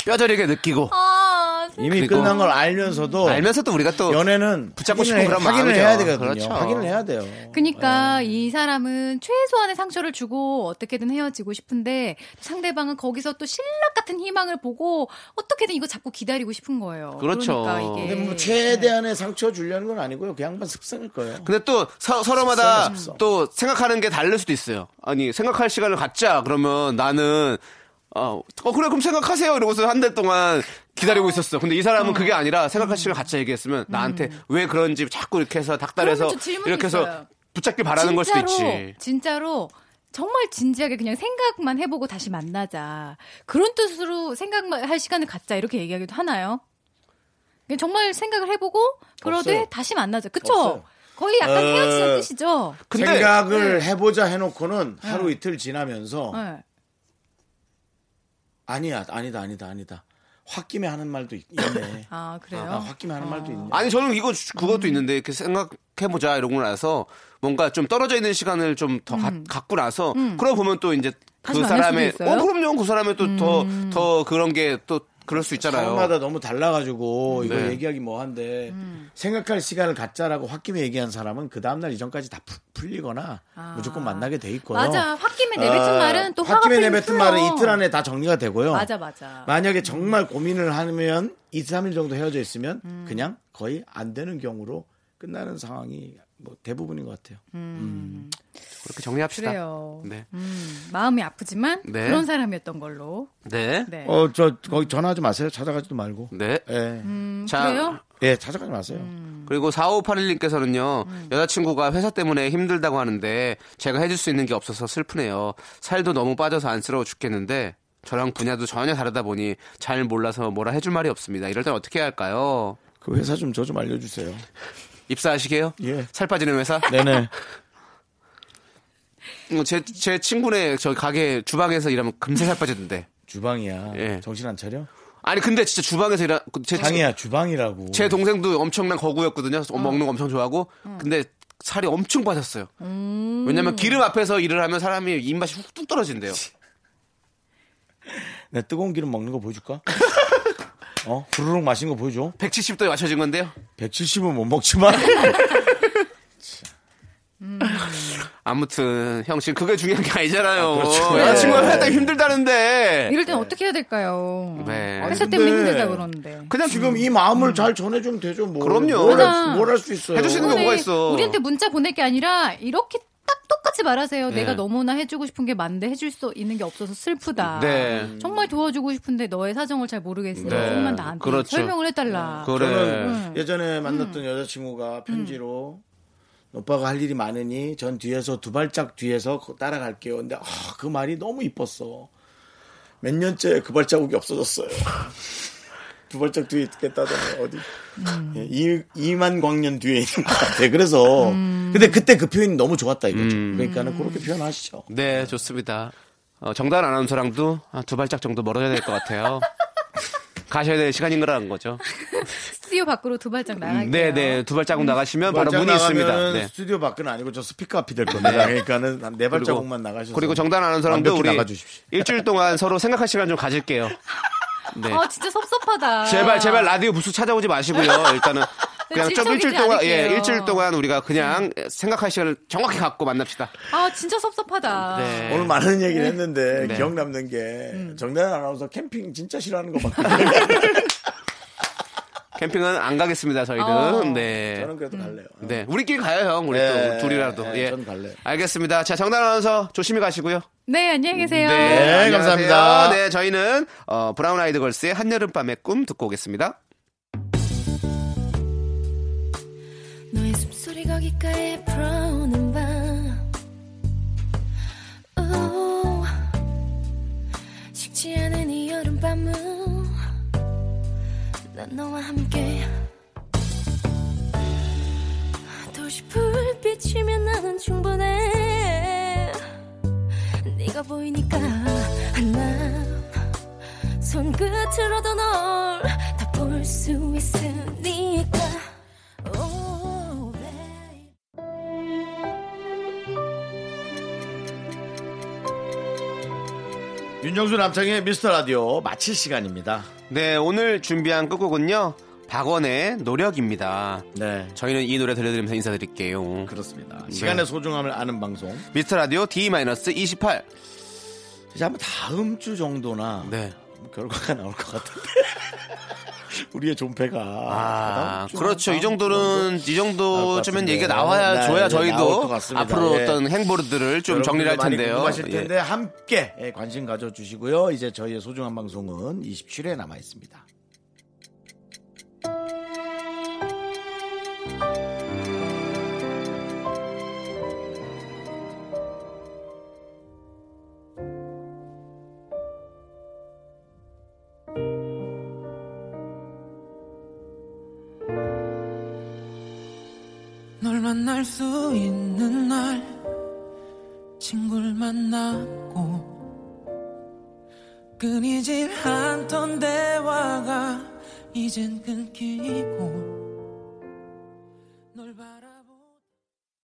Speaker 2: 뼈저리게 느끼고
Speaker 8: 아,
Speaker 1: 이미
Speaker 2: 그리고-
Speaker 1: 끝난 걸
Speaker 8: 어.
Speaker 1: 알면서도
Speaker 2: 알면서도 우리가 또
Speaker 1: 연애는
Speaker 2: 붙잡고
Speaker 1: 확인을
Speaker 2: 싶은
Speaker 1: 해-
Speaker 2: 그런
Speaker 1: 확인을
Speaker 2: 마음이죠.
Speaker 1: 해야 되거든요.
Speaker 2: 그렇죠.
Speaker 1: 확인을 해야 돼요.
Speaker 8: 그러니까
Speaker 1: 네.
Speaker 8: 이 사람은 최소한의 상처를 주고 어떻게든 헤어지고 싶은데 상대방은 거기서 또 신락 같은 희망을 보고 어떻게든 이거 잡고 기다리고 싶은 거예요.
Speaker 2: 그렇죠.
Speaker 8: 그러니까 이게
Speaker 1: 근데 뭐 최대한의 상처 주려는 건 아니고요. 그 양반 습성일 거예요.
Speaker 2: 근데 또 서, 로마다
Speaker 1: 씁쓸해, 씁쓸.
Speaker 2: 또 생각하는 게 다를 수도 있어요. 아니 생각할 시간을 갖자 그러면 나는 어, 어, 그래, 그럼 생각하세요. 이러고서 한 달 동안 기다리고 있었어. 근데 이 사람은 그게 아니라 생각할 시간 같이 얘기했으면 나한테 왜 그런지 자꾸 이렇게 해서 닭달해서
Speaker 8: 음. 그러면 저 질문이
Speaker 2: 이렇게 해서
Speaker 8: 있어요.
Speaker 2: 붙잡길 바라는 걸 수도 있지.
Speaker 8: 진짜로 정말 진지하게 그냥 생각만 해보고 다시 만나자. 그런 뜻으로 생각만 할 시간을 갖자 이렇게 얘기하기도 하나요? 그냥 정말 생각을 해보고 그러되
Speaker 1: 없어요.
Speaker 8: 다시 만나자. 그쵸?
Speaker 1: 없어요.
Speaker 8: 거의 약간
Speaker 1: 어.
Speaker 8: 헤어지는 뜻이죠.
Speaker 2: 근데
Speaker 1: 생각을 해보자 해놓고는 하루 이틀 지나면서
Speaker 8: 네.
Speaker 1: 아니야 아니다 아니다 아니다 홧김에 하는 말도 있- 있네.
Speaker 8: 아 그래요?
Speaker 1: 아, 홧김에 하는 말도 있네.
Speaker 2: 아니 저는 이거 주-
Speaker 8: 음.
Speaker 2: 그것도 있는데 이렇게 생각해 보자 이러고 나서 뭔가 좀 떨어져 있는 시간을 좀 더 갖고 나서 그러고 보면 또 이제
Speaker 8: 음. 다시
Speaker 2: 그
Speaker 8: 만날
Speaker 2: 사람의
Speaker 8: 수도 있어요? 음.
Speaker 2: 어 그럼요 그 사람의 또 더 더 그런 게 또 그럴 수 있잖아요.
Speaker 1: 사람마다 너무 달라가지고 이거
Speaker 2: 네.
Speaker 1: 얘기하기 뭐한데
Speaker 8: 음.
Speaker 1: 생각할 시간을 갖자라고 홧김에 얘기한 사람은 그 다음날 이전까지 다 푸- 풀리거나 무조건 만나게 돼 있고요.
Speaker 8: 아. 맞아. 홧김에 내뱉은 말은 또 화가
Speaker 1: 홧김에
Speaker 8: 풀리면
Speaker 1: 내뱉은
Speaker 8: 풀려.
Speaker 1: 말은 이틀 안에 다 정리가 되고요.
Speaker 8: 맞아 맞아.
Speaker 1: 만약에 정말 고민을 하면 2, 3일 정도 헤어져 있으면
Speaker 8: 음.
Speaker 1: 그냥 거의 안 되는 경우로 끝나는 상황이 뭐 대부분인 것 같아요.
Speaker 8: 음.
Speaker 2: 그렇게 정리합시다.
Speaker 8: 그래요.
Speaker 2: 네.
Speaker 8: 음, 마음이 아프지만
Speaker 2: 네.
Speaker 8: 그런 사람이었던 걸로.
Speaker 2: 네. 네.
Speaker 8: 네.
Speaker 1: 어, 저 거기 전화하지 마세요. 찾아가지도 말고. 예.
Speaker 8: 음.
Speaker 2: 자,
Speaker 8: 그래요?
Speaker 1: 예, 찾아가지 마세요.
Speaker 8: 음.
Speaker 2: 그리고 4581님께서는요, 여자친구가 회사 때문에 힘들다고 하는데, 제가 해줄 수 있는 게 없어서 슬프네요. 살도 너무 빠져서 안쓰러워 죽겠는데, 저랑 분야도 전혀 다르다 보니, 잘 몰라서 뭐라 해줄 말이 없습니다. 이럴 땐 어떻게 해야 할까요?
Speaker 1: 그 회사 좀 저 좀 알려주세요.
Speaker 2: 입사하시게요?
Speaker 1: 예.
Speaker 2: 살 빠지는 회사?
Speaker 1: 네네.
Speaker 2: 어, 제, 제 친구네 저 가게 주방에서 일하면 금세 살 빠지던데.
Speaker 1: 주방이야.
Speaker 2: 예.
Speaker 1: 정신 안 차려?
Speaker 2: 아니, 근데 진짜 주방에서 일하, 그 제,
Speaker 1: 방이야, 주방이라고.
Speaker 2: 제 동생도 엄청난 거구였거든요. 먹는 거 엄청 좋아하고. 근데 살이 엄청 빠졌어요. 왜냐면 기름 앞에서 일을 하면 사람이 입맛이 훅 떨어진대요.
Speaker 1: 내 뜨거운 기름 먹는 거 보여줄까? 어? 부르륵 마신 거 보여줘?
Speaker 2: 170도에 맞춰진 건데요.
Speaker 1: 170은 못 먹지만.
Speaker 2: 아무튼 형 지금 그게 중요한 게 아니잖아요.
Speaker 1: 그렇죠.
Speaker 2: 여자친구가
Speaker 1: 예.
Speaker 2: 회사 때문에 힘들다는데.
Speaker 8: 이럴 땐 어떻게 해야 될까요?
Speaker 2: 네.
Speaker 8: 회사
Speaker 1: 아니,
Speaker 8: 때문에
Speaker 1: 근데
Speaker 8: 힘들다 그러는데.
Speaker 1: 그냥 지금 이 마음을 잘 전해주면 되죠. 뭐.
Speaker 2: 그럼요.
Speaker 8: 맞아.
Speaker 1: 뭘할 수 있어요.
Speaker 2: 해줄 수 있는 거 뭐가
Speaker 8: 우리-
Speaker 2: 있어.
Speaker 8: 우리한테 문자 보낼 게 아니라 이렇게 딱 똑같이 말하세요.
Speaker 2: 네.
Speaker 8: 내가 너무나 해주고 싶은 게 많은데 해줄 수 있는 게 없어서 슬프다.
Speaker 2: 네.
Speaker 8: 정말 도와주고 싶은데 너의 사정을 잘 모르겠으니까
Speaker 2: 네.
Speaker 8: 좀만 나한테
Speaker 2: 그렇죠. 네. 음.
Speaker 8: 설명을 해달라.
Speaker 2: 그래.
Speaker 1: 저는 예전에 만났던 여자친구가 편지로 오빠가 할 일이 많으니 전 뒤에서 두 발짝 뒤에서 거- 따라갈게요. 근데 아, 그 말이 너무 이뻤어. 몇 년째 그 발자국이 없어졌어요. 두 발짝 뒤에 있겠다더니 어디 예, 이, 이만 광년 뒤에 있는 것 같아. 그래서 근데 그때 그 표현이 너무 좋았다 이거죠.
Speaker 2: 음.
Speaker 1: 그러니까는 그렇게 표현하시죠.
Speaker 2: 네, 좋습니다. 어, 정단 아나운서랑도 한두 발짝 정도 멀어져야 될 것 같아요. 가셔야 될 시간인 거라는 거죠.
Speaker 8: 스튜디오 밖으로 두 발짝 나갈게요.
Speaker 2: 네, 네. 두 발자국 나가시면 바로
Speaker 1: 발짝
Speaker 2: 문이 있습니다.
Speaker 1: 나가면은
Speaker 2: 네.
Speaker 1: 스튜디오 밖은 아니고 저 스피커 앞이 될 겁니다. 그러니까는 한네 발자국만 나가셔서
Speaker 2: 그리고 정단 아나운서랑도
Speaker 1: 완벽히
Speaker 2: 우리
Speaker 1: 나가주십시오.
Speaker 2: 일주일 동안 서로 생각할 시간 좀 가질게요. 네.
Speaker 8: 아 진짜 섭섭하다.
Speaker 2: 제발 제발 라디오 부스 찾아오지 마시고요. 일단은 그냥 좀
Speaker 8: 질척이지
Speaker 2: 일주일 동안 예
Speaker 8: 않을게요. 음.
Speaker 2: 일주일 동안 우리가 그냥 생각할 시간을 정확히 갖고 만납시다.
Speaker 8: 아 진짜 섭섭하다.
Speaker 2: 네.
Speaker 1: 오늘 많은 얘기를 했는데
Speaker 2: 네.
Speaker 1: 기억 남는 게 정단 아나운서 캠핑 진짜 싫어하는 것밖에
Speaker 2: 캠핑은 안 가겠습니다. 저희는
Speaker 8: 아. 어.
Speaker 2: 네.
Speaker 1: 저는 그래도 갈래요.
Speaker 2: 네, 우리끼리 가요, 형. 우리
Speaker 1: 네,
Speaker 2: 또 둘이라도.
Speaker 1: 네,
Speaker 2: 예.
Speaker 1: 전 갈래요.
Speaker 2: 알겠습니다. 자, 정단 아나운서 조심히 가시고요.
Speaker 8: 네, 안녕히 계세요.
Speaker 1: 네,
Speaker 2: 안녕하세요.
Speaker 1: 감사합니다.
Speaker 2: 네, 저희는 어, 브라운 아이드 걸스의 한여름 밤의 꿈 듣고 오겠습니다.
Speaker 6: 너의 숨소리 거기까지 불어오는 밤 오, 식지 않은 이 여름밤은 난 너와 함께 도시 불빛이면 나는 충분해 네가 보이니까 한밤 손끝으로도 널 다 볼 수 있으니까 오, Oh, babe.
Speaker 1: 윤정수 남창의 미스터 라디오 마칠 시간입니다.
Speaker 2: 네, 오늘 준비한 끝곡은요. 박원의 노력입니다.
Speaker 1: 네.
Speaker 2: 저희는 이 노래 들려드리면서 인사드릴게요.
Speaker 1: 그렇죠.
Speaker 2: 네.
Speaker 1: 그렇습니다. 시간의 소중함을 아는 방송.
Speaker 2: 미스터 라디오 D-28.
Speaker 1: 이제 한번 다음 주 정도나
Speaker 2: 네.
Speaker 1: 결과가 나올 것 같은데. 우리의 존폐가.
Speaker 2: 아,
Speaker 1: 다음 주,
Speaker 2: 그렇죠.
Speaker 1: 다음
Speaker 2: 이 정도는 이 정도쯤은
Speaker 1: 같은데.
Speaker 2: 얘기가 나와야
Speaker 1: 네, 네, 나올 것
Speaker 2: 줘야 저희도
Speaker 1: 같습니다.
Speaker 2: 앞으로
Speaker 1: 예.
Speaker 2: 어떤 행보들을 좀
Speaker 1: 여러분들도
Speaker 2: 정리를 할
Speaker 1: 많이
Speaker 2: 텐데요.
Speaker 1: 궁금하실
Speaker 2: 예.
Speaker 1: 텐데 함께 예, 관심 가져주시고요. 이제 저희의 소중한 방송은 27회 남아 있습니다.
Speaker 5: 널 만날 수 있는 날 친구를 만났고 끊이질 않던 대화가 이젠 끊기고